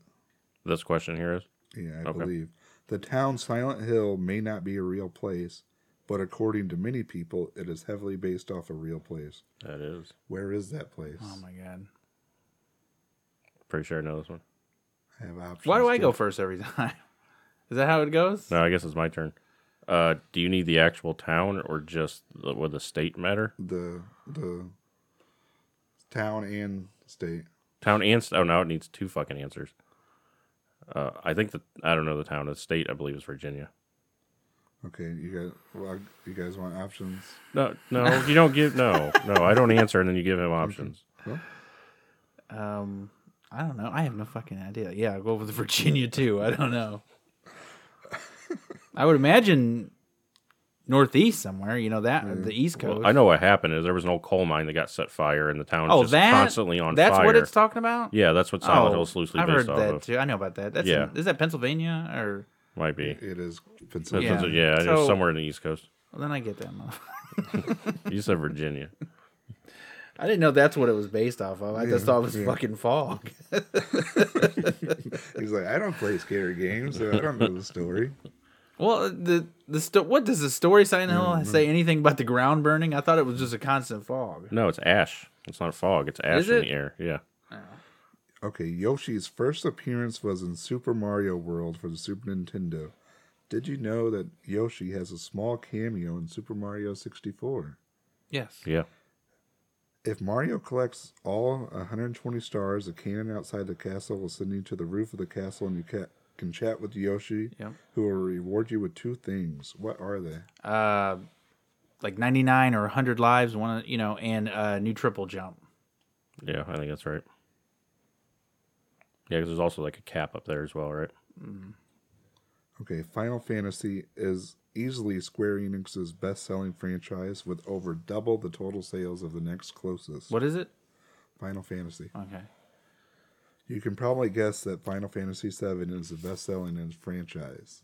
This question here is yeah, I Okay. believe the town Silent Hill may not be a real place, but according to many people, it is heavily based off a real place. that is Where is that place? Oh my god. pretty sure I know this one. I have options. Why do I too. go first every time? Is that how it goes? No, I guess it's my turn. Uh, do you need the actual town or just the, would the state matter? the the town and state? Town and st- oh, now it needs two fucking answers. Uh, I think the I don't know the town. The state I believe is Virginia. Okay, you guys, well, you guys want options? No, no, you don't give no, no. I don't answer, and then you give him options. Um, I don't know. I have no fucking idea. Yeah, I'll go with Virginia too. I don't know. I would imagine northeast somewhere. You know that the East Coast. Hmm. I know what happened is there was an old coal mine that got set fire, and the town Oh, just that constantly on That's fire. what it's talking about. Oh, yeah, that's what Silent Hill's loosely I've based heard off that of. too. I know about that. That's Yeah. in- is that Pennsylvania or? Might be. It is That's- Pennsylvania. that's- Yeah, it's So- somewhere in the East Coast. Well, then I get that. motherfucker. You said Virginia. I didn't know that's what it was based off of. I just Yeah, thought it was yeah. fucking fog. He's like, I don't play scary games, so I don't know the story. Well, the the sto- what does the story Silent Mm-hmm. Hill say anything about the ground burning? I thought it was just a constant fog. No, it's ash. It's not fog. It's ash Is in it? the air. Yeah. Okay, Yoshi's first appearance was in Super Mario World for the Super Nintendo. Did you know that Yoshi has a small cameo in Super Mario 64? Yes. Yeah. If Mario collects all 120 stars, a cannon outside the castle will send you to the roof of the castle and you ca- can chat with Yoshi, Yep. who will reward you with two things. What are they? Uh, like 99 or 100 lives, one, of- you know, and a new triple jump. Yeah, I think that's right. Yeah, because there's also like a cap up there as well, right? Okay, Final Fantasy is easily Square Enix's best-selling franchise with over double the total sales of the next closest. What is it? Final Fantasy. Okay. You can probably guess that Final Fantasy VII is the best-selling in franchise.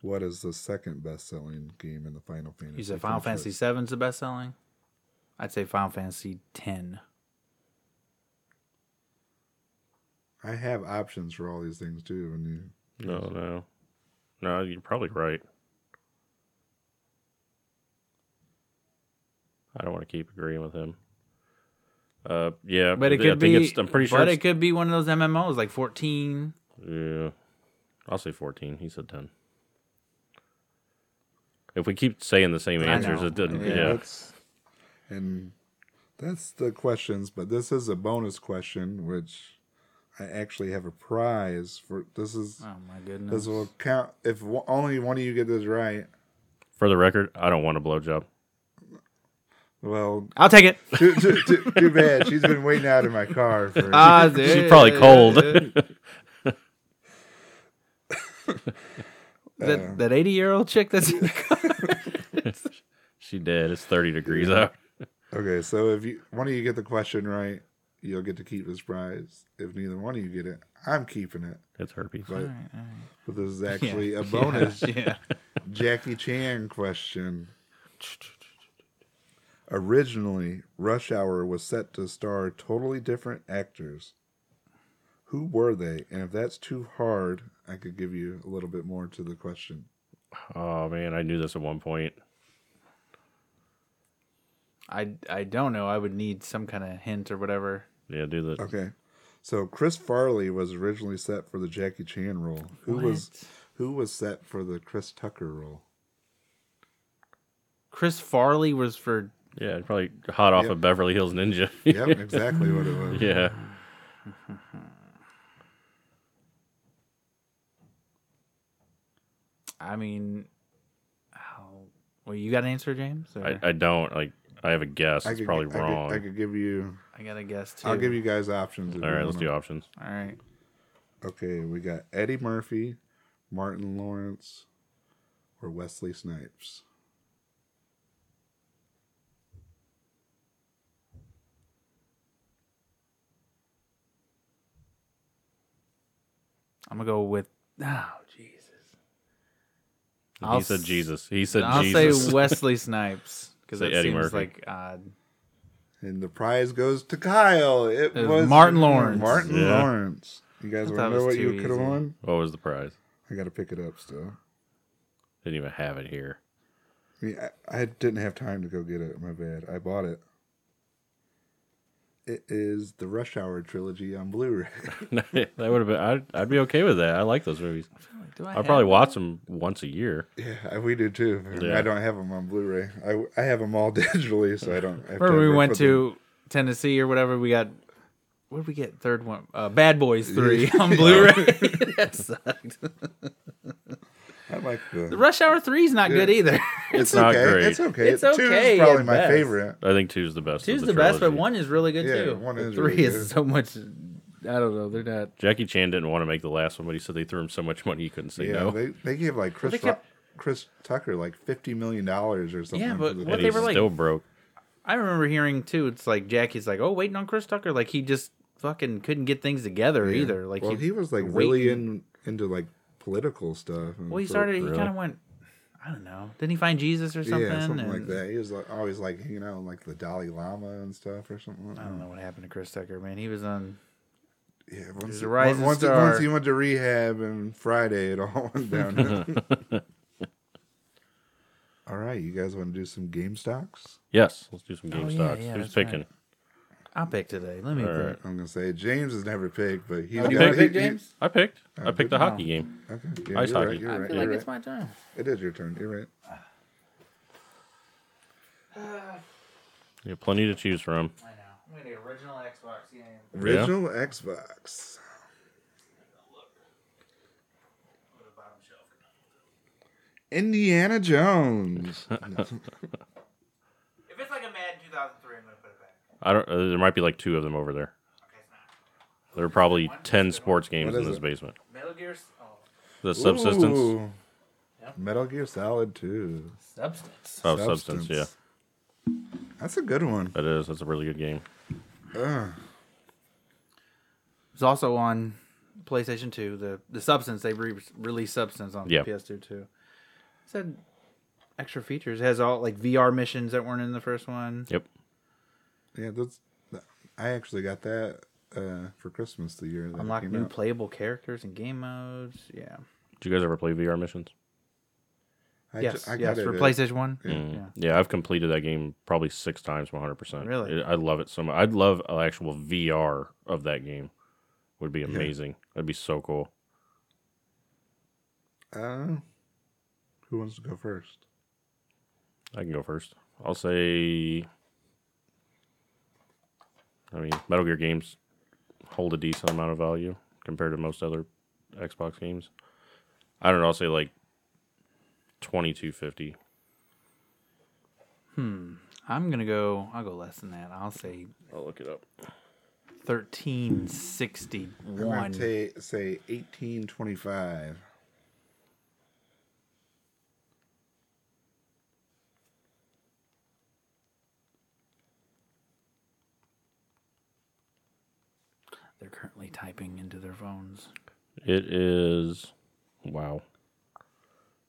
What is the second best-selling game in the Final Fantasy? You said Final franchise? Fantasy VII is the best selling? I'd say Final Fantasy 10. I have options for all these things too. When you No, no, no. You're probably right. I don't want to keep agreeing with him. Uh, yeah, But it I could think be. It's, I'm pretty sure. But it's- it could be one of those MMOs like 14. Yeah. I'll say 14. He said 10. If we keep saying the same I answers, know. it doesn't. Yeah, Yeah. That's, and that's the questions, but this is a bonus question, which I actually have a prize for. This is Oh my goodness. this will count if w- only one of you get this right. For the record, I don't want a blowjob. Well, I'll take it. too, too, too, too bad. She's been waiting out in my car for. Ah, She's probably cold. that that 80 year old chick that's she did. It's 30 degrees out. okay, so if you one of you get the question right, you'll get to keep this prize. If neither one of you get it, I'm keeping it. It's herpes. But, but this is actually a bonus yeah. Jackie Chan question. Originally, Rush Hour was set to star totally different actors. Who were they? And if that's too hard, I could give you a little bit more to the question. Oh, man. I knew this at one point. I I don't know. I would need some kind of hint or whatever. Yeah, do the. Okay. So Chris Farley was originally set for the Jackie Chan role. Who was who was set for the Chris Tucker role? Chris Farley was for Yeah, probably hot off Yep. of Beverly Hills Ninja. Yep, exactly what it was. yeah. I mean how well you got an answer, James? Or- I, I don't. Like, I have a guess. I It's could- probably I could- wrong. I could give you I gotta guess too. I'll give you guys options. if All you right, let's wanna- do options. all right. Okay, we got Eddie Murphy, Martin Lawrence, or Wesley Snipes. I'm gonna go with oh Jesus. he I'll said s- Jesus. He said I'll Jesus. say Wesley Snipes because Say that Eddie seems Murphy. like odd. And the prize goes to Kyle. It, It was was Martin Lawrence. Martin Yeah. Lawrence. You guys I want thought it to know was what too you could have easy. won? what was the prize? I got to pick it up still. Didn't even have it here. I, mean, I, I didn't have time to go get it. My bad. I bought it. It is the Rush Hour trilogy on Blu-ray. that would have been. I'd, I'd be okay with that. I like those movies. Like, do I I have- probably watch them once a year. yeah, we do too. I mean, Yeah. I don't have them on Blu-ray. I, I have them all digitally, so I don't. Have Remember we ever went put them- to Tennessee or whatever. We got what did we get? Third one, uh, Bad Boys Three on Blu-ray. that sucked. I like the Rush Hour Three is not good either. It's, not okay. great. It's okay. It's Two okay is probably at my best. favorite. I think two's the best. Two's of the, the, best, but trilogy. one is really good Yeah, too. one The is three really is good. so much. I don't know. They're not. Jackie Chan didn't want to make the last one, but he said they threw him so much money he couldn't say Yeah, no. they they gave like Chris they kept- Ro- Chris Tucker like fifty million dollars or something. Yeah, but for the what and they he's were like- still broke. I remember hearing too. It's like Jackie's like, oh, waiting on Chris Tucker. Like he just fucking couldn't get things together Yeah. either. Like well, he, he, was like waiting- really in into like political stuff. and well, he so- started. He Really? kind of went. I don't know. Didn't he find Jesus or something? yeah, something like And- that. He was like, always like hanging out with like the Dalai Lama and stuff or something. Like I don't know what happened to Chris Tucker, man. He was on. Yeah, once, a he- rising once, he- star. once he went to rehab and Friday, it all went down. all right, you guys want to do some game stocks? Yes, let's do some game Oh, yeah, stocks. yeah, Who's that's right. picking? I'll pick today. Let me All pick. right. I'm gonna say James has never picked, but he's Oh, do you got- want to he- pick he- James? I picked. I picked the no. hockey game. Okay. Yeah, Ice you're hockey. Right, you're I right, feel like you're it's right. my turn. It is your turn. You're right. You have plenty to choose from. I know. I'm gonna get original Xbox game. Original Xbox. Indiana Jones. If it's like a Madden 2003, I'm gonna put it back. I don't. Uh, there might be like two of them over there. Okay, it's not. There are probably ten sports games What in is this it? basement. Metal Gear. S- Oh, The subsistence. Oh, Ooh. Metal Gear Solid 2. substance. Oh, substance. Yeah, That's a good one. that is. That's a really good game. It's also on PlayStation 2. The the substance they re- released substance on Yeah. PS2 too. It said extra features. It has all like VR missions that weren't in the first one. Yep. Yeah, that's. I actually got that uh, for Christmas the year that Unlock it came new out. playable characters and game modes. Yeah. Did you guys ever play VR missions? I yes. ju- I got yes. For it at- PlayStation One. Yeah. Mm. Yeah, I've completed that game probably six times, one hundred percent. Really? It- I love it so much. I'd love an actual VR of that game. Would be amazing. That'd be so cool. Uh, who wants to go first? I can go first. I'll say. I mean, Metal Gear games hold a decent amount of value compared to most other Xbox games. I don't know. I'll say like twenty two fifty. I'm gonna go. I'll go less than that. I'll say I'll look it up. thirteen I'm sixty-one. going to say 1825. They're currently typing into their phones. It is wow.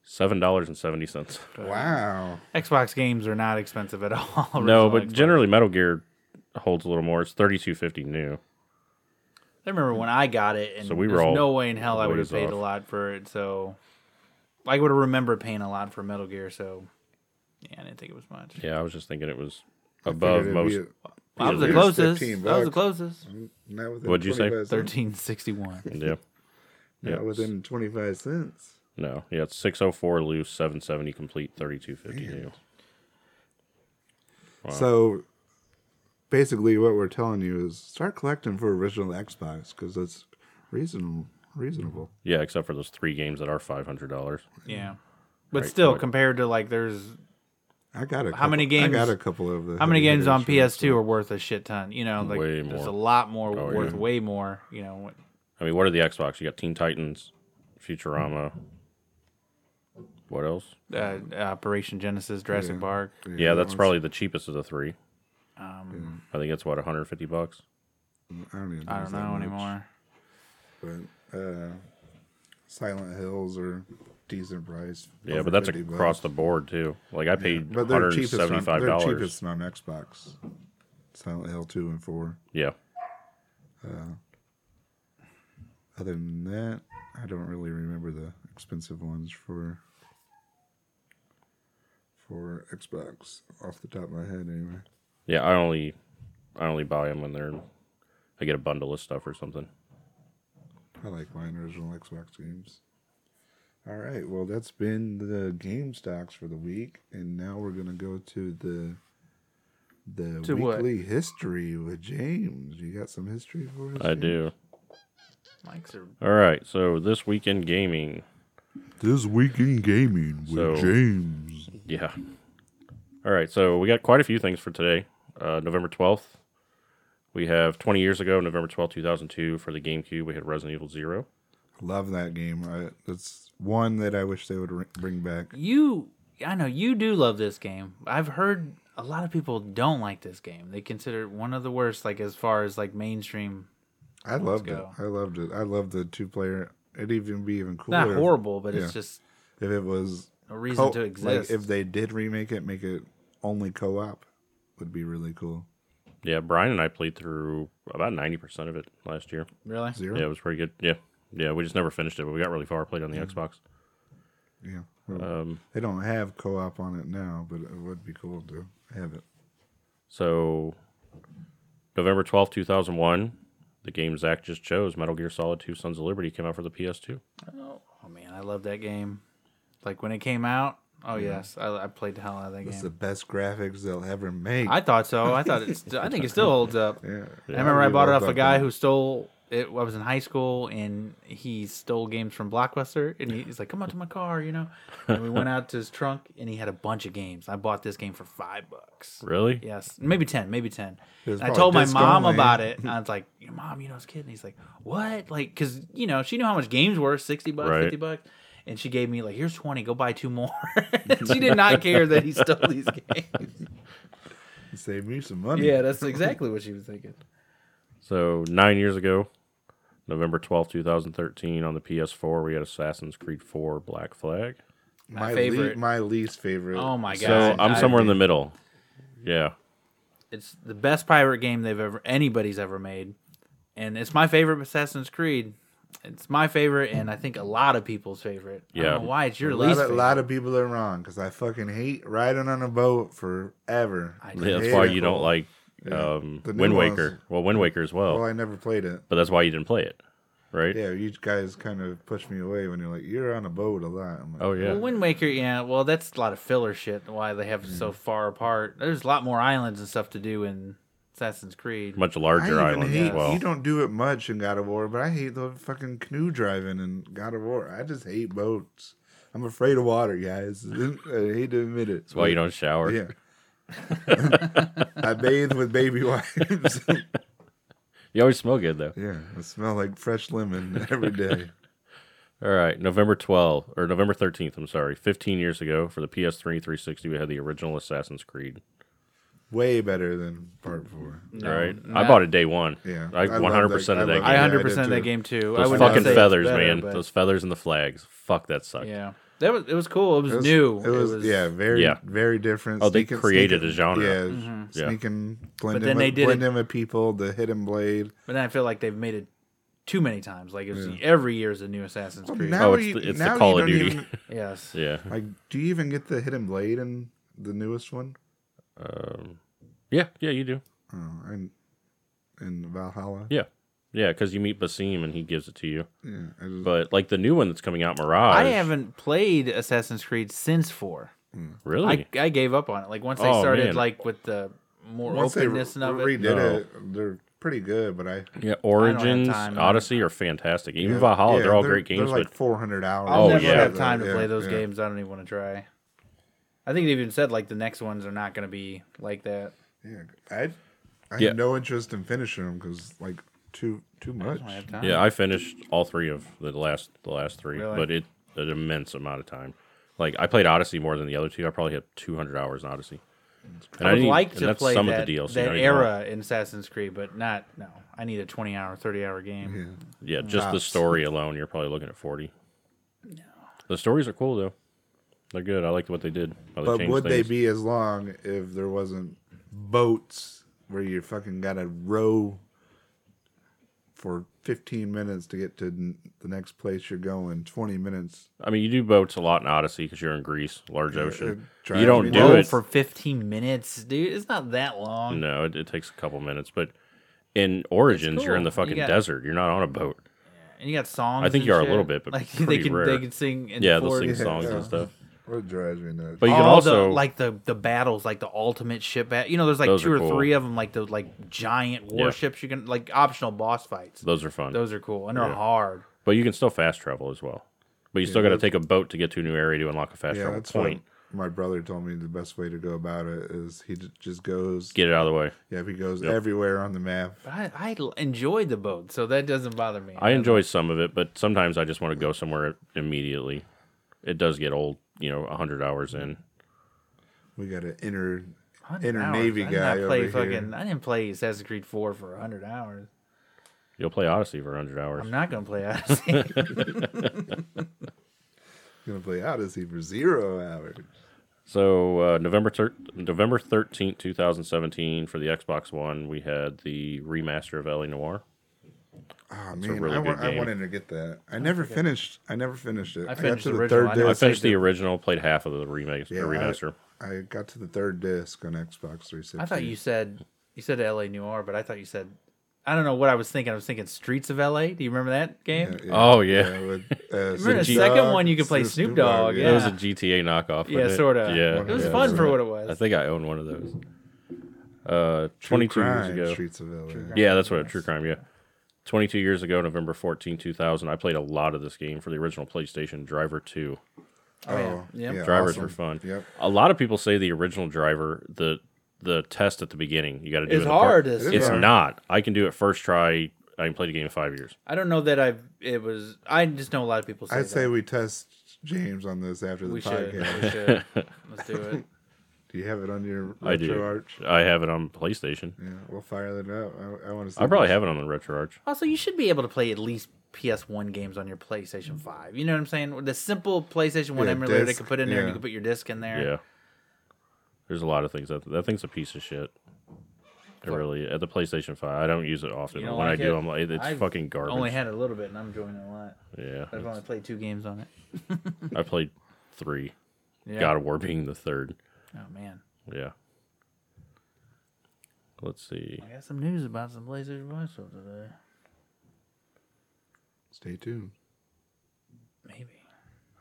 Seven dollars and seventy cents. Wow. Xbox games are not expensive at all. No, Original but Xbox. generally Metal Gear holds a little more. It's thirty two fifty new. I remember when I got it, and So we were there's all no way in hell I would have ways paid a off. lot for it. So I would have remembered paying a lot for Metal Gear. So yeah, I didn't think it was much. Yeah, I was just thinking it was I above figured it'd be most. Well, I was the Here's closest. 15 I was the bucks. closest. Mm-hmm. a- not within What'd you say? 25 cents. Thirteen sixty-one. Yeah, Not yeah. within 25 cents. no, yeah, it's six oh four loose, seven seventy complete, thirty two fifty new. So basically, what we're telling you is start collecting for original Xbox because it's reasonable. Reasonable. Yeah, except for those three games that are five hundred dollars. Yeah, but still, point. compared to like, there's I got a. How many couple- I games- got a couple of the. how many heavy games on hitters PS2 are worth a shit ton? You know, like Way there's more. a lot more Oh, worth yeah. way more. You know, what- I mean, what are the Xbox? You got Teen Titans, Futurama. What else? uh, Operation Genesis, Jurassic Park. for- Yeah, that's ones- probably the cheapest of the three. Um, I think it's what 150 bucks. I don't, even I use don't that know much, anymore. But uh, Silent Hills are decent price. Yeah, over but that's 50 bucks. across the board too. Like I paid But they're cheapest. On, 175 they're dollars. cheapest on Xbox. Silent Hill two and four. Yeah, Other than that, I don't really remember the expensive ones for for Xbox off the top of my head. Anyway, yeah. I only, I only buy them when they're. I get a bundle of stuff or something. I like mine original Xbox games. All right, well that's been the game stocks for the week, and now we're gonna go to the the To what? weekly history with James. You got some history for us? I do. Mics are All right. So this weekend gaming. This week in gaming with So- James. Yeah. All right. So we got quite a few things for today. Uh, November 12th, we have 20 years ago, November 12th, 2002, for the GameCube, we had Resident Evil Zero. Love that game. I, that's one that I wish they would ri- bring back. you i know you do love this game i've heard a lot of people don't like this game they consider it one of the worst like as far as like mainstream I loved it. go. I loved it. I loved the two player. It'd even be even cooler. not if- horrible but yeah. it's just If it was a reason co- to exist Like if they did remake it, make it only co op would be really cool. Yeah, Brian and I played through about 90% of it last year. really Zero. Yeah, it was pretty good. Yeah. Yeah, we just never finished it, but we got really far. Played on the Xbox. Yeah. Well, Um, they don't have co op on it now, but it would be cool to have it. So, November twelfth, two 2001, the game Zach just chose, Metal Gear Solid 2 Sons of Liberty, came out for the PS2. oh man i love that game like when it came out oh yes I, I played the hell out of that It's game the best graphics they'll ever make. i thought so i thought it's i think it still holds up yeah. i remember i really bought it love off a that guy game. who stole it, I was in high school and he stole games from Blockbuster and he, he's like, "Come out to my car," you know. And we went out to his trunk and he had a bunch of games. I bought this game for five bucks. Really? Yes, maybe ten, maybe ten. It was And I probably told my disc mom only. about it. And I was like, "Your mom, you know, this kid." And he's like, "What?" Like, because you know, she knew how much games were sixty bucks, Right. fifty bucks, and she gave me like, "Here's twenty. Go buy two more." she did not care that he stole these games. Save me some money. yeah, that's exactly what she was thinking. So nine years ago, November twelfth, two thousand thirteen, on the PS4, we had Assassin's Creed Four: Black Flag. my favorite. Le- my least favorite. Oh my god! So I'm I- somewhere in the middle. Yeah, It's the best pirate game they've ever anybody's ever made, and it's my favorite Assassin's Creed. It's my favorite, and I think a lot of people's favorite. I Yeah. don't know why it's your A least. lot, of, favorite. lot of people are wrong because I fucking hate riding on a boat forever. I Yeah, that's hate why it. you don't like Yeah. um, The new Wind ones. Waker. Well, Wind Waker as well, Well, I never played it. but that's why you didn't play it, right? Yeah, you guys kind of push me away when you're like, you're on a boat a lot. I'm like, Oh yeah. Well, Wind Waker, yeah. Well, that's a lot of filler shit. Why they have it Mm-hmm. so far apart? There's a lot more islands and stuff to do in Assassin's Creed. much I larger even island hate, as well. You don't do it much in God of War, but I hate the fucking canoe driving in God of War. I just hate boats. I'm afraid of water, guys. I hate to admit it. That's why you don't shower. Yeah. I bathe with baby wipes. You always smell good though. yeah, I smell like fresh lemon every day. All right, November 12th or November 13th, I'm sorry. 15 years ago for the PS3 360, we had the original Assassin's Creed. Way better than part four. All right. not- I bought it day 1. Yeah, I I love 100% that- I of that love game. I Yeah, I hundred did percent too. that game too. I Those would not fucking say it's feathers, better, man. but Those feathers and the flags. Fuck that sucked. Yeah, that was it. Was cool. It was, It was- new. It was, yeah, very Yeah. very different. Oh, they created a genre. Yeah, Yeah. sneaking, blending, Mm-hmm. with, then they did blend it- in with people, the hidden blade. But then I feel like they've made it too many times. Like it was every year is a new Assassin's Well, Creed. Oh, it's the- it's the you Call don't of Duty. even- Yes. Yeah. like, do you even get the hidden blade in the newest one? Um, yeah, yeah, you do. Oh, and in Valhalla. Yeah. Yeah, cuz you meet Basim and he gives it to you. Yeah, I just, But like the new one that's coming out Mirage. I haven't played Assassin's Creed since four. Really? I, I gave up on it. Like once they Oh, started man. like with the more once they re- openness and of it. redid No. it, they're pretty good. But I yeah, Origins, time. Odyssey are fantastic. Even yeah, Valhalla, yeah, they're all great They're games, like but four hundred hours. I'll Oh, never yeah. have time to Yeah, play those yeah. games. I don't even want to try. I think they even said like the next ones are not going to be like that. Yeah, I, I Yeah. had no interest in finishing them because like too too I much. don't have time. Yeah, I finished all three of the last the last three, Really? but it an immense amount of time. Like I played Odyssey more than the other two. I probably had 200 hours in Odyssey. And I would didn't- like and to that's play some that, of the DLC. that not even all. era in Assassin's Creed, but not no. I need a twenty hour, thirty hour game. Yeah. Yeah, just the Tops. story alone, you're probably looking at 40. The stories are cool though. They're good. I liked what they did. how they But changed would they things. be as long if there wasn't boats where you fucking got to row for 15 minutes to get to n- the next place you're going, 20 minutes? I mean, you do boats a lot in Odyssey because you're in Greece, large ocean. it You don't drives do me Roll it. for fifteen minutes, dude. It's not that long. no, it, it takes a couple minutes. But in Origins, you're in cool. the You fucking got- desert. You're not on a boat. And you got songs. I think and you are a shit. little bit, but like they pretty can rare. they can sing. And Yeah, they'll sing forward. songs Yeah. and stuff. It drives me nuts. But you can All also the, like the the battles, like the ultimate ship. Bat- you know, there's like Those two are or cool. three of them, like the like giant warships. You can like optional boss fights. Those are fun. Those are cool and they're Yeah. hard. But you can still fast travel as well. But you still got to take a boat to get to a new area to unlock a fast yeah, travel that's what point. my brother told me the best way to go about it is he j- just goes, Get it out of the way. yeah, he goes everywhere on the map. But I, I l- enjoyed the boat, so that doesn't bother me. I enjoy some of it, but sometimes I just want to go somewhere immediately. It does get old, you know, 100 hours in. We got an inner, 100 inner hours. Navy I did guy not play over fucking. here. I didn't play Assassin's Creed Four for hundred hours. You'll play Odyssey for 100 hours. Um, I'm not gonna play Odyssey. Gonna play Odyssey for zero hours. So, uh, November thir- November 13th, 2017, for the Xbox One, we had the remaster of Ellie Noir. Oh a man, really I, good wa- I game. wanted to get that. I never finished. I never finished it. I I, got finished to the the original. third I never I disc. finished the original, played half of the remake, Yeah, I- the remaster. I got to the third disc on Xbox 360. I thought you said you said L.A. Noir, but I thought you said I don't know what I was thinking. I was thinking Streets of L.A. Do you remember that game? Yeah, Oh, yeah. with, uh, Remember the Snoop second Dogg, one you could play Snoop Dogg, It yeah. was a GTA knockoff. Yeah, wasn't it? sort of. Yeah. It was Yeah, fun that's for right. what it was. I think I own one of those. Uh, True 22 years Crime, ago. Streets of LA. Yeah, that's what true crime. Yeah, 22 years ago, November 14, 2000, I played a lot of this game for the original PlayStation Driver 2. Oh, Yep. Drivers were fun. Yep. A lot of people say the original driver, the the test at the beginning, you got to do It's it apart- hard. It is It's, It's hard. not. I can do it first try. I can play the game in five years. I don't know that I've. It was. I just know a lot of people say. I'd say that. we test James on this after the we should. podcast. We should. Let's do it. Do you have it on your I do. retro arch? I have it on PlayStation. Yeah, we'll fire that up. I, I want to. I probably have it on the RetroArch. Also, you should be able to play at least PS1 games on your PlayStation 5. You know what I'm saying? The simple PlayStation 1 Yeah, emulator they disc, could put in there yeah. and you could put your disc in there. Yeah. There's a lot of things that that thing's a piece of shit. It really at the PlayStation Five. I don't use it often. You When don't I like do, it? I'm like it's I've fucking garbage. Only had a little bit and I'm enjoying it a lot. yeah, I've only played two games on it. I played three. Yeah. God of War being the third. Oh, man. Yeah. Let's see. I got some news about some PlayStation 5 stuff today. Stay tuned. Maybe.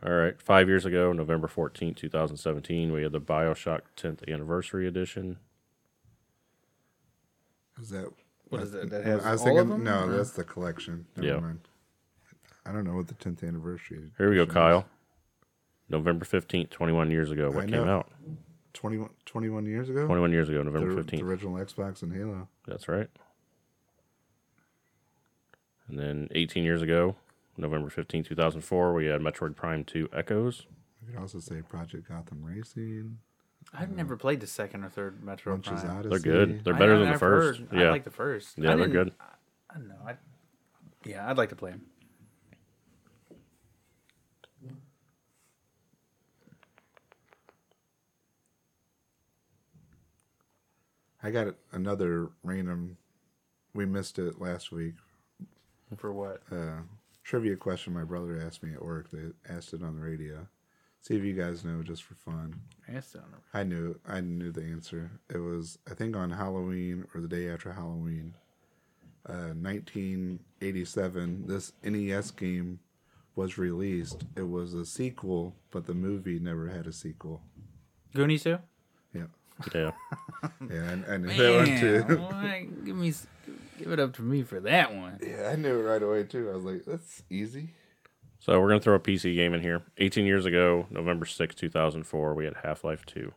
All right. Five years ago, November 14th, 2017, we had the Bioshock 10th Anniversary Edition. Is that What I- is it? That has I was all thinking. of them? No, Or- that's the collection. Never Yeah. mind. I don't know what the 10th anniversary. is. Here we go, Kyle. November 15th, 21 years ago. I What know. came out? 21, 21 years ago. 21 years ago, the, November the 15th. original Xbox and Halo. That's right. And then 18 years ago, November 15th, 2004, we had Metroid Prime 2 Echoes. We could also say Project Gotham Racing. I've never played the second or third Metro Bunch's Prime. Odyssey. They're good. They're I- better I- than the I've first. heard- I Yeah. like the first. Yeah, I they're didn't- good. I don't know. I, yeah, I'd like to play them. I got another random. We missed it last week. For what? Uh, trivia question my brother asked me at work. They asked it on the radio. See if you guys know, just for fun. I guess I don't know. I knew. I knew the answer. It was, I think, on Halloween or the day after Halloween, uh, 1987. This NES game was released. It was a sequel, but the movie never had a sequel. Goonies too? Yeah, Yeah. yeah, I, I knew that one Damn, too. why- give me, s- give it up to me for that one. Yeah, I knew it right away too. I was like, that's easy. So we're going to throw a PC game in here. 18 years ago, November 6th, 2004, we had Half Life 2.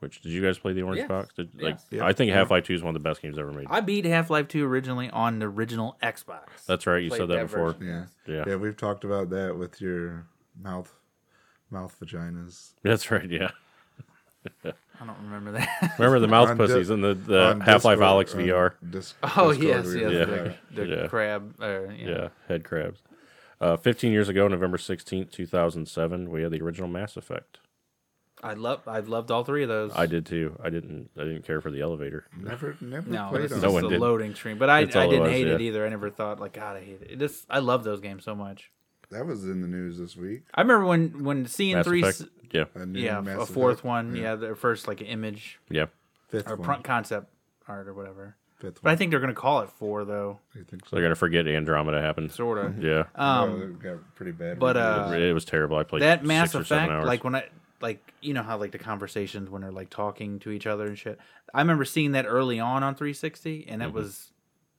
Which did you guys play the orange Yes. box? Did, like Yes. Yeah. I think Half Life 2 is one of the best games ever made. I beat Half Life Two originally on the original Xbox. That's right. You Played said that that before. version. Yeah. Yeah. Yeah, we've talked about that with your mouth, mouth vaginas. That's right. Yeah. I don't remember that. Remember the mouth On di- pussies and the, On the Half Life Discord- uh, Alex on VR. Dis- oh Discord, yes, we yes, were talking the, about the Yeah. crab. Or, yeah. Yeah, head crabs. Uh, 15 years ago, November 16th, 2007, we had the original Mass Effect. I love, I loved all three of those. I did too. I didn't. I didn't care for the elevator. it. Never, never No, played this on. is No just one a did. loading screen, but I, I That's all it didn't was, hate it yeah. either. I never thought like God, I hate it. This, I love those games so much. That was in the news this week. I remember when when seeing Mass three, Effect. Yeah, A new yeah, Mass a fourth Effect- one, yeah. their first like image yeah. fifth or one, pro- concept art or whatever. fifth But one. I think they're gonna call it four though, I think So they're gonna forget Andromeda happened. sort of. Yeah, Um, Oh, it got pretty bad. but, reviews. uh, it, it was terrible. I played that Mass six or seven Effect, hours. like when I like you know how like the conversations when they're like talking to each other and shit. I remember seeing that early on on 360, and it was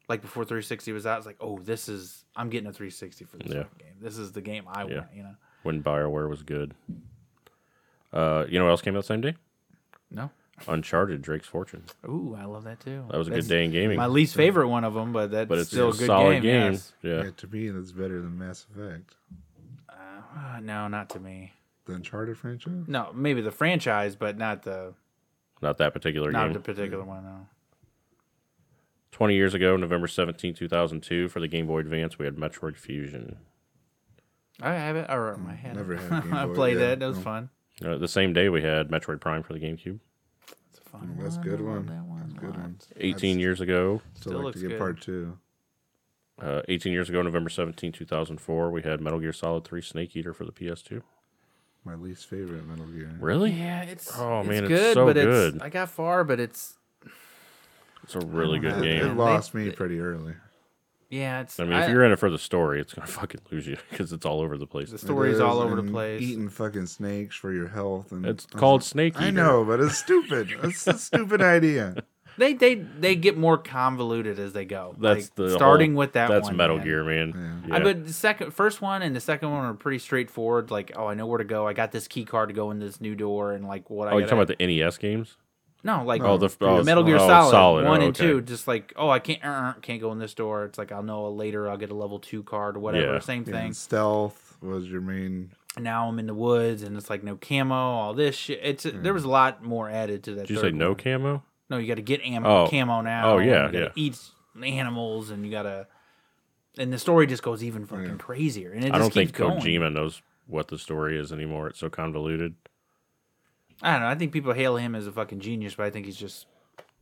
like before 360 was out. It's like, oh, this is I'm getting a 360 for this Yeah. fucking game. This is the game I Yeah. want. You know? when Bioware was good. Uh, you know what else came out the same day? No. Uncharted: Drake's Fortune. Ooh, I love that too. That was a That's good day in gaming, My least favorite one of them, but that's but it's still a a good solid game. game. yes. Yeah. yeah, to me, that's better than Mass Effect. Uh, no, not to me. The Uncharted franchise. No, maybe the franchise, but not the not that particular not game. the particular one. No. 20 years ago, November 17, 2002, for the Game Boy Advance, we had Metroid Fusion. I have it. I wrote my head. Never had a Game I Boy, played yeah, it. That was no. fun. Uh, the same day, we had Metroid Prime for the GameCube. It's a fun. That's a one. good I love one. That That's one. a good one. 18 years ago, Still, Still like looks to get good. part two. uh, 18 years ago, November 17, 2004, we had Metal Gear Solid 3 Snake Eater for the PS2. My least favorite Metal Gear. Really? Yeah, it's Oh, it's man, it's good, so but good. it's I got far, but it's It's a really good It, it game. lost me pretty early. yeah, it's. I mean, if you're in it for the story, it's going to fucking lose you because it's all over the place. the It story's all is, over the and place. Eating fucking snakes for your health, and It's I'm called like, Snake Eater. I know, but it's stupid. it's a stupid idea. They they they get more convoluted as they go. That's Like, the starting whole- with that. That's one, Metal man. Gear, man. I Yeah. but the second first one and the second one are pretty straightforward. Like, oh, I know where to go. I got this key card to go in this new door, and like what I. oh, you're gotta- talking about the NES games? No, like Oh, the oh, Metal Gear oh, Solid, Solid. one oh, and okay. two. Just like, oh, I can't uh, uh, can't go in this door. It's like I'll know later. I'll get a level two card or whatever. Yeah. Same Yeah, thing. stealth was your main. Now I'm in the woods, and it's like no camo. All this shit. It's there was a lot more added to that. Hmm. Did you third say no one. camo? No, you got to get ammo, Oh. camo now. Oh, yeah, and you gotta yeah. Eat animals, and you gotta. And the story just goes even fucking crazier, and it just I don't keeps think going. Kojima knows what the story is anymore. It's so convoluted. I don't know. I think people hail him as a fucking genius, but I think he's just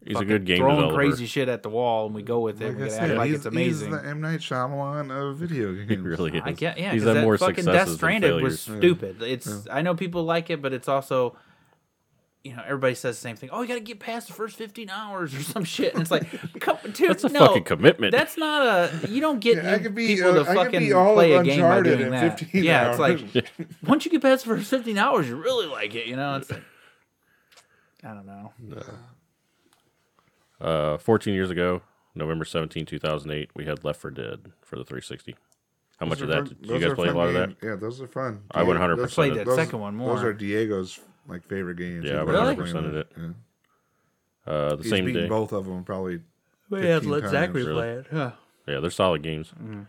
He's a fucking good game throwing developer. crazy shit at the wall, and we go with it. Like we I gotta said, act like he's, it's amazing. he's the M Night Shyamalan of video games. He really is. I get yeah. He's 'cause had that more fucking successes Death than Stranded was failures. stupid. It's I know people like it, but it's also you know everybody says the same thing. Oh, you got to get past the first fifteen hours or some shit. And it's like, come, dude, That's a no, fucking commitment. That's not a you don't get Yeah, I could be, people to uh, I could fucking be all play of a game by Uncharted doing in that. 15 Yeah, hours. it's like once you get past the first fifteen hours, you really like it. You know, it's like I don't know. Uh, 14 years ago, November 17, 2008, we had Left for Dead for the 360. How much Those of are that fun- did you those guys are play a fun lot of that? games. Yeah, those are fun. I would 100% those- played that those- second one more. Those are Diego's like favorite games. Yeah, I He would loves 100% playing of it. Yeah. Uh, the He's same beaten day. both of them probably. We have to 15 let times, Zachary really. play it. Huh. Yeah, they're solid games. Mm-hmm.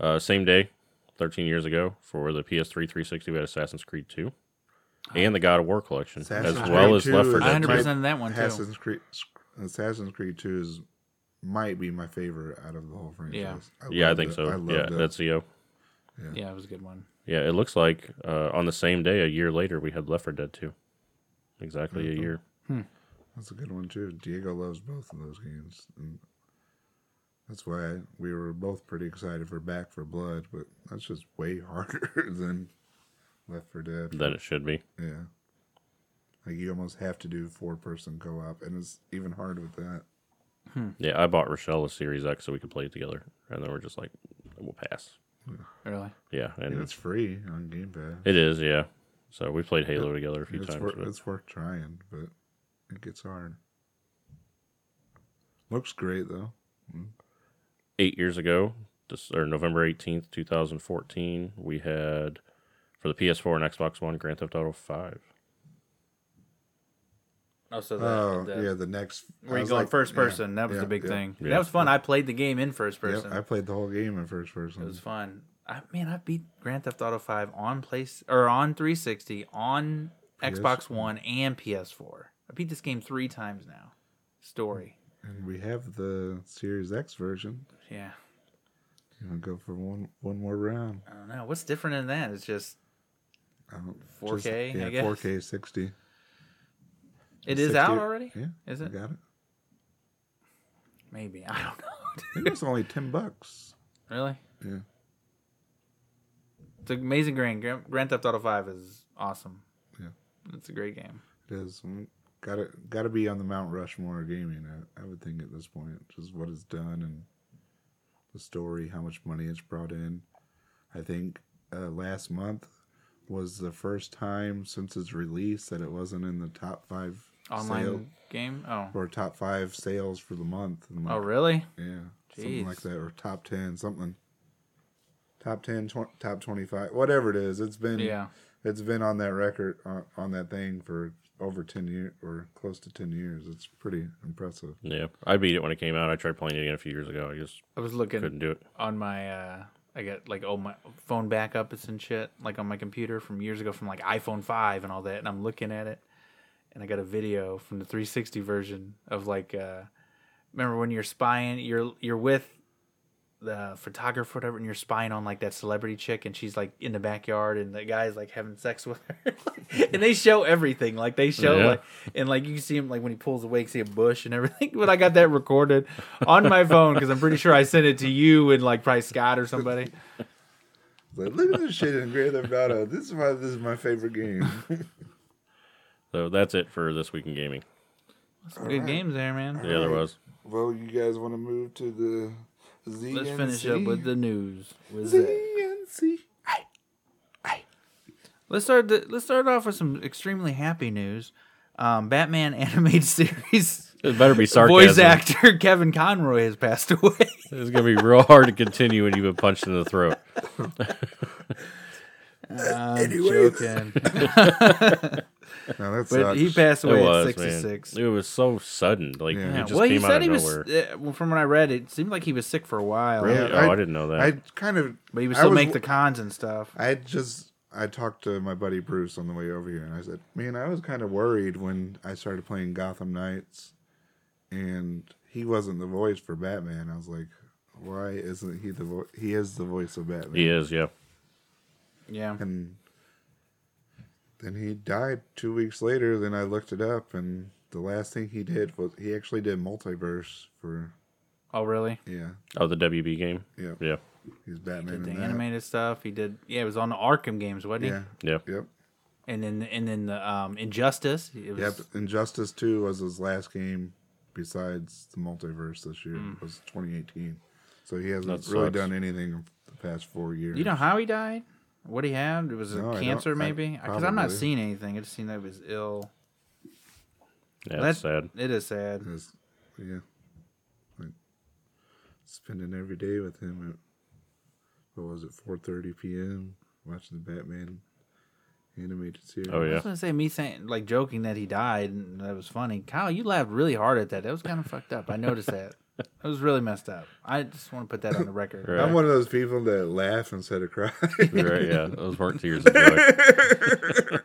Uh, same day, 13 years ago, for the PS3 360, we had Assassin's Creed 2 and the God of War collection, Assassin's as well Creed as Left 2 for is I Dead. hundred 2. percent of that one too. Assassin's Creed, Assassin's Creed Two is might be my favorite out of the whole franchise. Yeah. Yeah, I loved think it. so. I loved yeah, it. that's the uh, Yeah, it was a good one. Yeah, it looks like uh, on the same day, a year later, we had Left 4 Dead 2. Exactly Mm-hmm. a year. That's a good one too. Diego loves both of those games, and that's why we were both pretty excited for Back for Blood. But that's just way harder than Left for Dead. Then it should be. yeah, like you almost have to do four person co op, and it's even harder with that. Yeah, I bought Rochelle a Series X so we could play it together, and then we're just like, we'll pass. Really? Yeah, and And it's free on Game Pass. it is. Yeah, so we played Halo together a few It's times. worth, but- it's worth trying, but it gets hard. Looks great though. eight years ago, this, or November 18th, 2014, we had for the PS4 and Xbox One Grand Theft Auto 5. Oh, so the, Oh the- yeah, the next. I Were you was going like- first yeah, person? that was yeah, the big yeah. thing. yeah. That was fun. I played the game in first Yep, person. I played the whole game in first person. it was fun. I man, I beat Grand Theft Auto Five on place or on 360, on Xbox One, and PS4. I beat this game three times now. Story. And we have the Series X version. Yeah. You want to go for one one more round? I don't know. What's different in that? It's just I don't- 4K, I guess. 4K 60. it is 60 out already. Yeah, Is I it? got it. Maybe I don't I think it's only ten bucks. know. really? Yeah, It's amazing. Grand Grand Grand Theft Auto Five is awesome. Yeah. It's a great game. it is. Got to got to be on the Mount Rushmore of gaming. I, I would think at this point, just what it's done and the story, how much money it's brought in. I think uh, last month was the first time since its release that it wasn't in the top five Online sale- game. Oh. or top five sales for the month. And Oh like, really? Yeah, something like Jeez. that, or top ten, something. Top 10, tw- top twenty-five, whatever it is. It's been Yeah. it's been on that record on, on that thing for over ten years or close to ten years. It's pretty impressive. Yeah, I beat it when it came out. I tried playing it again a few years ago. I just I was looking couldn't do it. on my uh I got like oh my phone backups and shit like on my computer from years ago from like iPhone 5 and all that and I'm looking at it and I got a video from the 360 version of like uh remember when you're spying you're you're with the photographer whatever and you're spying on like that celebrity chick and she's like in the backyard and the guy's like having sex with her and they show everything like they show Yeah. like and like you see him like when he pulls away you see a bush and everything but i got that recorded on my phone because i'm pretty sure i sent it to you and like probably scott or somebody It's Like, look at this shit in Grand Theft Auto. This is why this is my favorite game. So that's it for this week in gaming. some good games there man Yeah, there was. well, you guys want to move to the Z? let's finish up with the news What is that? ZNC. Let's start. The, let's start off with some extremely happy news. Um, Batman animated series It better be sarcasm. Voice actor Kevin Conroy has passed away. It's gonna be real hard to continue when you've been punched in the throat. I'm joking. No, that But sucks. he passed It away was at 66. man. It was so sudden. Like Yeah. it Yeah, just well, came he out said of he was, nowhere. uh, well, from what I read, it seemed like he was sick for a while. Really? oh, I- I, didn't know that. I kind of. But he would I still was make the w- cons and stuff. I had just. I talked to my buddy Bruce on the way over here, and I said, "Man, I was kind of worried when I started playing Gotham Knights, and he wasn't the voice for Batman. I was like, why isn't he the vo- he is the voice of Batman? he is, yeah. Yeah. And then he died two weeks later. Then I looked it up, and the last thing he did was he actually did multiverse for Oh, really? yeah, Oh, the WB game. yeah. Yeah, He's Batman. Did in the that. animated stuff. He did. Yeah, it was on the Arkham games, wasn't he? Yeah. yeah. Yep. And then and then the um, Injustice. It was, Yep. Injustice Two was his last game besides the multiverse this year. It was 2018. So he hasn't Mm. That really sucks. done anything in the past four years. You know how he died? What he had? It was No, I a don't- cancer, I- maybe? Because I'm not probably. seeing anything. I just seen that he was ill. Yeah, that's That- sad. It is sad. It's- yeah. Like spending every day with him at what was it 4:30 p.m. watching the Batman animated series. Oh I yeah. was gonna say me saying like joking that he died and that was funny. Kyle, you laughed really hard at that. That was kind of fucked up. I noticed that. That was really messed up. I just want to put that on the record. Right. I'm one of those people that laugh instead of cry. right, yeah. Those weren't tears of joy.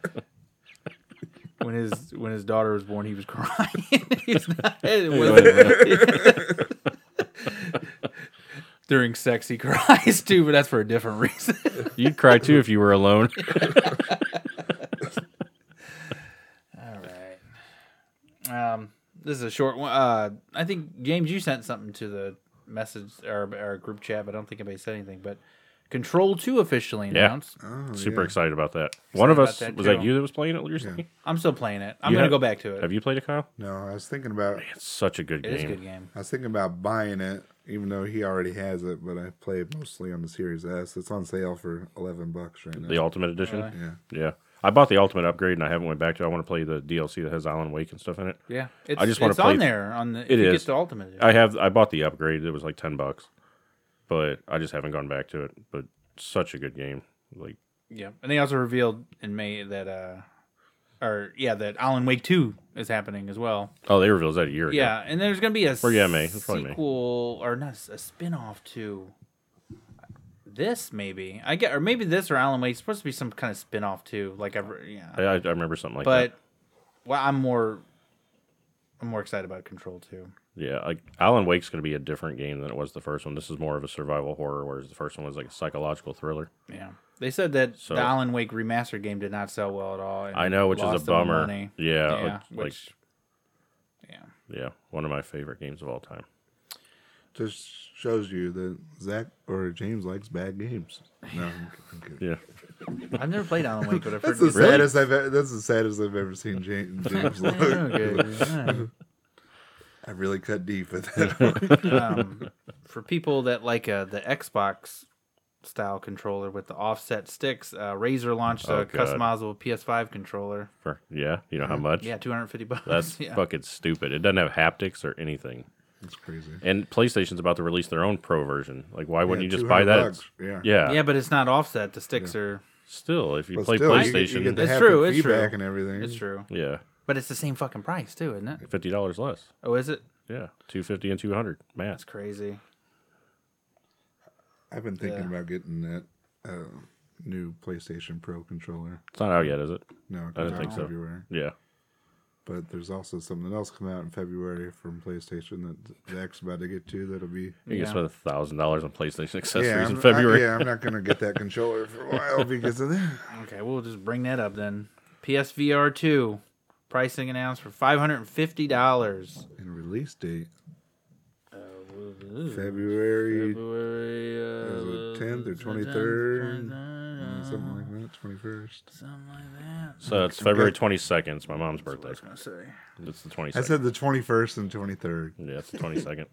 When his when his daughter was born, he was crying. He's not- it was- during sex, he cries too, but that's for a different reason. You'd cry too if you were alone. All right. Um, this is a short one. Uh, I think James, you sent something to the message or our group chat, but I don't think anybody said anything. But Control Two officially Yeah. announced. Oh, Super yeah. excited about that. One of about us that was that too. you that was playing it recently? I'm still playing it. I'm You gonna have- go back to it. Have you played it, Kyle? No, I was thinking about It's such a good it game. is a good game. I was thinking about buying it, even though he already has it, but I play it mostly on the Series S. It's on sale for eleven bucks right now. The Ultimate Edition. Really? yeah. Yeah. I bought the Ultimate upgrade and I haven't went back to it. I want to play the DLC that has Island Wake and stuff in it. Yeah, it's, just wanna it's play- on there on the. If It you is. Get the ultimate. Edition. I have I bought the upgrade. It was like ten bucks. But I just haven't gone back to it. But such a good game. Like yeah, and they also revealed in May that, uh or yeah, that Alan Wake Two is happening as well. oh they revealed that a year ago. Yeah, and there's gonna be a Or yeah, May. It's probably May. sequel or not a spin-off to this maybe. I get or maybe this or Alan Wake It's supposed to be some kind of spin-off too. Like I yeah. I, I I remember something like but that. well, I'm more I'm more excited about Control too. Yeah, like Alan Wake's gonna be a different game than it was the first one. This is more of a survival horror, whereas the first one was like a psychological thriller. Yeah. They said that So- the Alan Wake remastered game did not sell well at all. and I know, which is a lost them bummer. money. Yeah, Yeah, like- like- which yeah. Yeah, one of my favorite games of all time. Just shows you that Zach or James likes bad games. No, I'm kidding, I'm kidding. Yeah. I've never played Alan Wake, but I've heard That's the good- saddest I've e- that's the saddest I've ever seen James, James look. Okay. I really cut deep with that. one. um, for people that like uh, the Xbox style controller with the offset sticks, uh, Razer launched Oh, a God. customizable PS5 controller. For, yeah, you know how much? Mm-hmm. Yeah, 250 bucks. That's yeah. fucking stupid. It doesn't have haptics or anything. That's crazy. And PlayStation's about to release their own pro version. Like, why wouldn't Yeah, you just buy 200 that? bucks. Yeah. Yeah. Yeah, but it's not offset. The sticks are. Still, if you But play still, you get- PlayStation, you get the It's haptic true, it's true. feedback and everything. Mm. It's true, yeah, but it's the same fucking price too, isn't it? fifty dollars less. Oh, is it? Yeah, two fifty and two hundred. Man, That's crazy. I've been thinking Yeah. about getting that uh, new PlayStation Pro controller. it's not out yet, is it? No, it I comes don't out think in so. February. Yeah. But there's also something else come out in February from PlayStation that Zach's about to get to. That'll be You can Yeah. spend thousand dollars on PlayStation accessories yeah, in I'm- I- February. yeah, I'm not gonna get that controller for a while because of that. Okay, we'll just bring that up then. PSVR 2 pricing announced for 550 dollars. And release date Uh, February February is it 10th or 23rd? uh, something like that, twenty first. Something like that. So it's February twenty second. It's my mom's birthday. gonna say. It's the twenty I second. said the twenty first and twenty third. Yeah, it's the twenty second.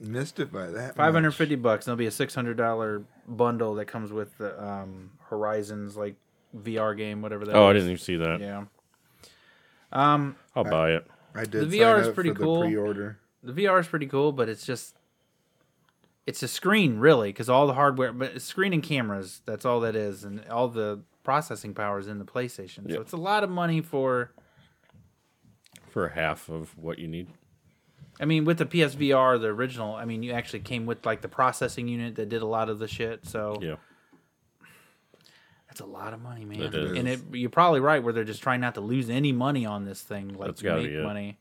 Missed it by that. Five hundred much. fifty bucks. and There'll be a six hundred dollar bundle that comes with the um, Horizons like VR game, whatever that. Oh, I was. didn't even see that. Yeah. Um, I'll buy it. I did. The sign VR is up pretty for cool. The pre-order. The VR is pretty cool, but it's just it's a screen really because all the hardware, but it's screen and cameras. That's all that is, and all the processing power is in the PlayStation. Yeah. So it's a lot of money for. for half of what you need. I mean, with the PSVR, the original, I mean, you actually came with like the processing unit that did a lot of the shit. So Yeah, that's a lot of money, man. It is. And it, you're probably right where they're just trying not to lose any money on this thing, like That's gotta make be it. money.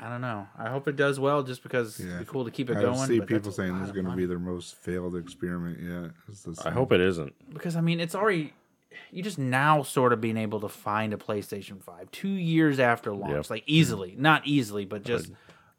I don't know. I hope it does well, just because Yeah. it'd be cool to keep it I going. see but that's people a saying lot this is of going to money. be their most failed experiment yet. Is this I hope it isn't. because I mean it's already you just now sort of being able to find a PlayStation Five two years after launch, Yep. like easily, not easily, but just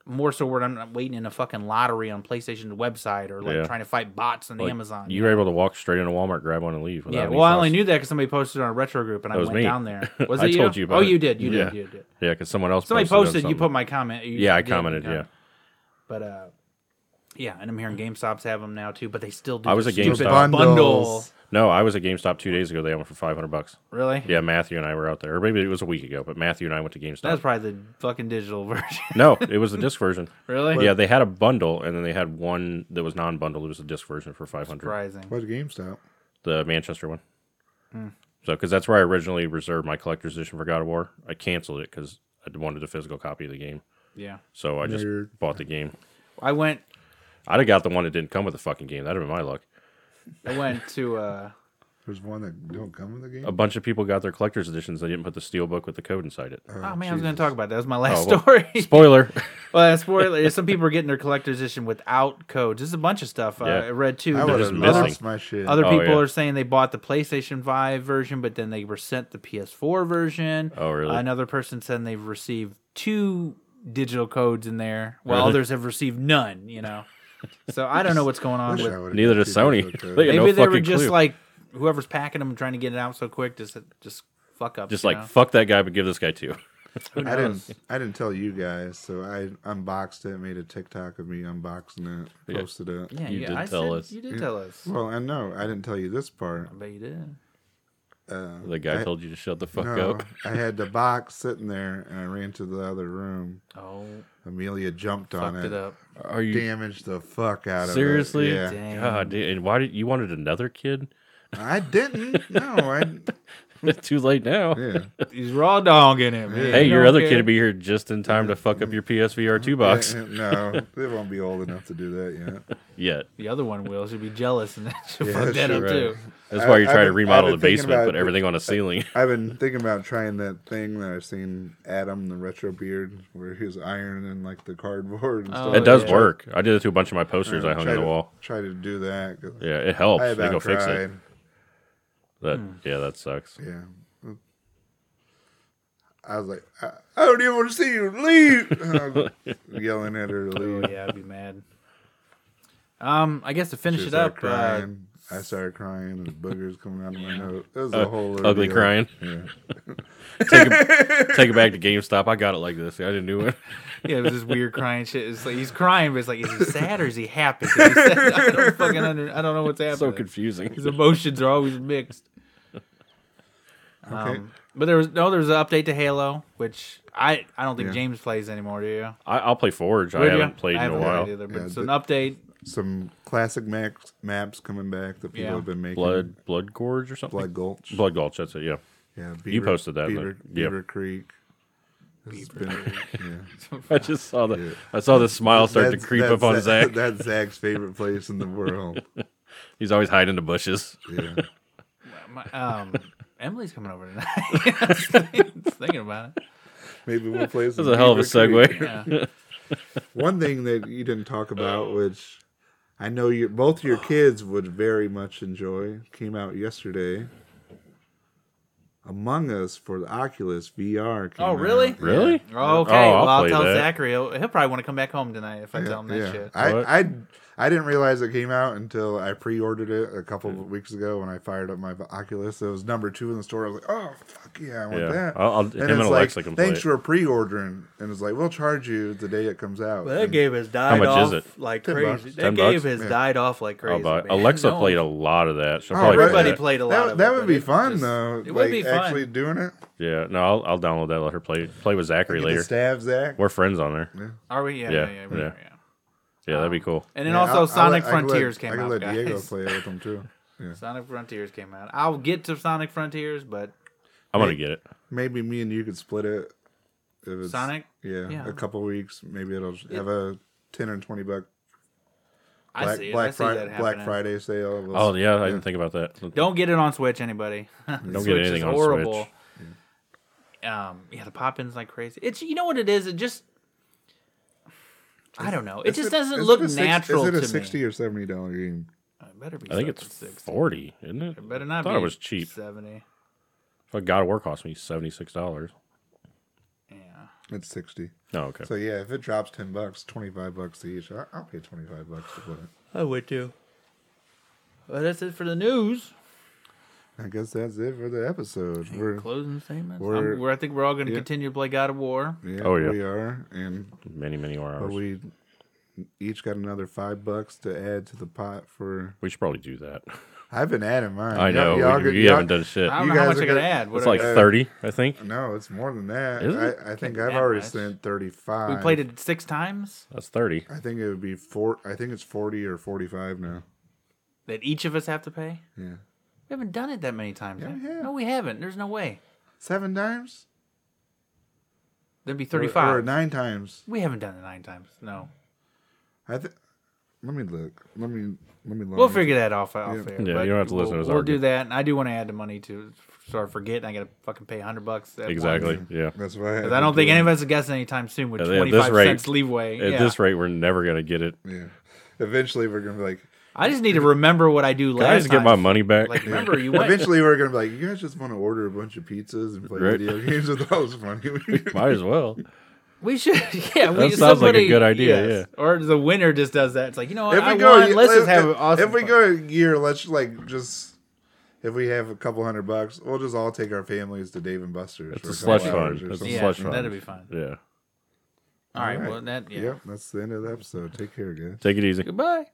more so where I'm not waiting in a fucking lottery on PlayStation's website or like Yeah. trying to fight bots on Like, Amazon. You were able to walk straight into Walmart, grab one, and leave. yeah. without any Well, I only fuss. knew that because somebody posted it on a retro group, and I was went me. down there. Was I it you? told you about oh, it. you did. You Yeah. did. You did. Yeah, because someone else Somebody posted, posted. You put something. my comment. You Yeah, I did, commented. uh, Yeah, But uh, yeah, and I'm hearing GameStop's have them now too, but they still do. I was the at stupid GameStop. bundle. Bundles. no, I was at GameStop two days ago. They had one for five hundred bucks. Really? Yeah, Matthew and I were out there, or maybe it was a week ago. But Matthew and I went to GameStop. That was probably the fucking digital version. no, it was the disc version. really? yeah, they had a bundle, and then they had one that was non-bundled. It was a disc version for five hundred. Surprising. What GameStop? the Manchester one. Hmm. So, because that's where I originally reserved my collector's edition for God of War. I canceled it because I wanted a physical copy of the game. Yeah. So I just Nerd. bought the game. I went I'd have got the one that didn't come with the fucking game. That'd have been my luck. I went to uh There's one that don't come with the game. A bunch of people got their collector's editions. They didn't put the steel book with the code inside it. Uh, oh, man, I was gonna talk about that. That was my last Oh, well. story. Spoiler. well that's spoiler some people are getting their collector's edition without codes. There's a bunch of stuff uh, Yeah. I read too. I would They're just have missing. lost my shit. Other Oh, people yeah. are saying they bought the PlayStation 5 version, but then they were sent the PS4 version. Oh, really? Another person said they've received two digital codes in there, while Really? others have received none, you know? So I don't know what's going on Wish I with would've Neither got does two Sony. different codes. They got Maybe no they were fucking just clue. like, whoever's packing them, trying to get it out so quick, just just fuck up. just you like, know? fuck that guy, but give this guy two. Who I knows? didn't. I didn't tell you guys, so I unboxed it, made a TikTok of me unboxing it, Yeah. posted it. Yeah, You yeah, did I tell said, us. You did tell us. Well, I know I didn't tell you this part. I bet you did. Uh, The guy I, told you to shut the fuck no, up. I had the box sitting there, and I ran to the other room. Oh, Amelia jumped on fucked it, it up. Are you damaged the fuck out of seriously? it. Seriously? Damn. God, dude, and why did you wanted another kid? Yeah, I didn't. No, I. it's too late now. Yeah. He's raw dog in it, man. Hey, You your don't other care. kid will be here just in time to fuck up your PSVR two box. Yeah, no, they won't be old enough to do that yet. Yet. The other one will. She'll be jealous and she'll Yeah, fuck that sure, up Right. too. That's I- why you're I've trying to been- remodel the I've been thinking basement, about put it. everything on a ceiling. I've been thinking about trying that thing that I've seen Adam the Retro Beard, where he was ironing like the cardboard and Oh, stuff. It does yeah. work. I did it to a bunch of my posters I hung try on the to- wall. Try to do that. 'cause Yeah, it helps. I They go about fix tried. it. That yeah, that sucks. Yeah. I was like, I, I don't even want to see you leave. And I was yelling at her to Oh leave. yeah, I'd be mad. Um, I guess to finish She it started up, uh, Crying. I started crying, and boogers coming out of my nose. It was a whole Uh, Ugly ordeal. crying. take, it, take it back to GameStop. I got it like this. I didn't do it. yeah, it was this weird crying shit. It's like he's crying, but it's like, is he sad or is he happy? 'Cause he's sad. I don't fucking under, I don't know what's happening. so confusing. His emotions are always mixed. Okay. Um, but there was no, there was an update to Halo, which I I don't think Yeah. James plays anymore. Do you? I, I'll play Forge. I Would you? haven't played in a haven't while. Either, but Yeah, it's the- an update. Some classic maps, maps coming back that people Yeah. have been making. Blood Blood Gorge or something. Blood Gulch. Blood Gulch. That's it. Yeah. Yeah, Beaver, posted that, Beaver, but- yeah. Beaver Creek. It's been- yeah. I just saw the Yeah. I saw the smile start That's- to creep that's up on Zach- Zach. That's Zach's favorite place in the world. He's always hiding in the bushes. Yeah. My- um, Emily's coming over tonight. I was thinking about it. Maybe we'll play some. That's a hell of a Beaver Creek. segue. Yeah. One thing that you didn't talk Oh. about, which I know you both your kids would very much enjoy, came out yesterday. Among Us for the Oculus VR. Came Oh, really? out. Really? Okay. Oh, I'll well, I'll play tell that. Zachary. He'll, he'll probably want to come back home tonight if I Yeah, tell him that yeah. shit. I, What? I I didn't realize it came out until I pre-ordered it a couple Hmm. of weeks ago when I fired up my Oculus. It was number two in the store. I was like, "Oh fuck yeah, I want Yeah. that!" I'll- I'll- and him it's and Alexa like, can play "Thanks it." for pre-ordering," and it's like, "We'll charge you the day it comes out." Well, that And- game has died much off is it? like Ten crazy. bucks. That Ten game bucks? has Yeah. died off like I'll crazy. buy- man. Alexa No. played a lot of that. She'll Oh, probably play Everybody right. that. played a lot that, of it. that but would be it fun just- though. It like would be fun. actually doing it. Yeah, no, I'll, I'll download that. Let her play play with Zachary Get to later. stab Zach. We're friends on there. Are we? Yeah, Yeah, yeah, yeah. we yeah. are, yeah. Yeah, that'd be cool. And then Yeah, also I'll- I'll Sonic let- I could let- Frontiers came I could out. let Diego guys. play it with them too. Yeah. Sonic Frontiers came out. I'll get to Sonic Frontiers, but I'm gonna get it. Maybe me and you could split it. If it's, Sonic? Yeah, Yeah. a couple weeks. Maybe it'll have a ten or twenty buck I Black, see, it. I Black, see Fri- that happening. Black Friday sale. We'll- Oh yeah, I didn't think about that. Don't get it on Switch, anybody. Don't get anything on Switch. Um, yeah, the pop in's like crazy. It's you know what it is. It just I don't know. It Is just is doesn't it look a six- natural Is it a to sixty me. or seventy dollar game? It better be I think it's something 60. forty, isn't it? It better not I thought be it was cheap. Seventy. But God of War cost me seventy six dollars. Yeah. It's sixty. Oh, okay. So yeah, if it drops ten bucks, twenty five bucks each, I- I'll pay twenty five bucks to put it. I would too. Well, that's it for the news. I guess that's it for the episode. We're Closing statements. I'm- We're- We're, I think we're all going to yeah. continue to play God of War. yeah, Oh, yeah. we are, and Many many more but hours. We, we each got another five bucks to add to the pot for. should probably do that. I've been adding mine. I know Y'all, we, could- you y'all- haven't done shit. I don't You know how guys much are I got to gonna- add. What It's are- like thirty, I think. No, it's more than that. Is it? I, I think be I've that already much. spent thirty five. we played it six times. That's thirty. I think it would be four. I think it's forty or forty five now. That each of us have to pay. Yeah, We haven't done it that many times. Yeah, have we we? have. No, we haven't. There's no way. seven times. There'd be Or- thirty-five. or nine times. We haven't done it nine times. No, Mm-hmm. I think. Let me look. Let me. Let me. Look. we'll figure that off off air. Yeah, but you don't have to listen to we'll, us We'll argue. do that. And I do want to add the money to start forgetting. I got to fucking pay hundred bucks. at Exactly. once. Yeah. That's why. 'Cause I don't think any of us are guessing anytime soon with At this twenty-five rate- cents leeway. At yeah. this rate, we're never gonna get it. Yeah. Eventually, we're gonna be like. I just need to remember what I do last Can I just get time. my money back? Like, remember you went. Eventually, we're gonna be like, you guys just want to order a bunch of pizzas and play Right. video games. I thought it was funny. Might as well. We should, yeah. sounds we, like a somebody- good idea, Or the winner just does that. It's like you know what? if we I go, won. Let's just have if, an awesome. if we fun- go a year, let's like just. If we have a couple hundred bucks, we'll just all take our families to Dave and Buster's. It's for couple a slush hours fund. or It's a something. Yeah, slush fund. that'd be fun. Yeah. all right, Alright. Well, that yeah. Yep, that's the end of the episode. Take care, guys. Take it easy. Goodbye.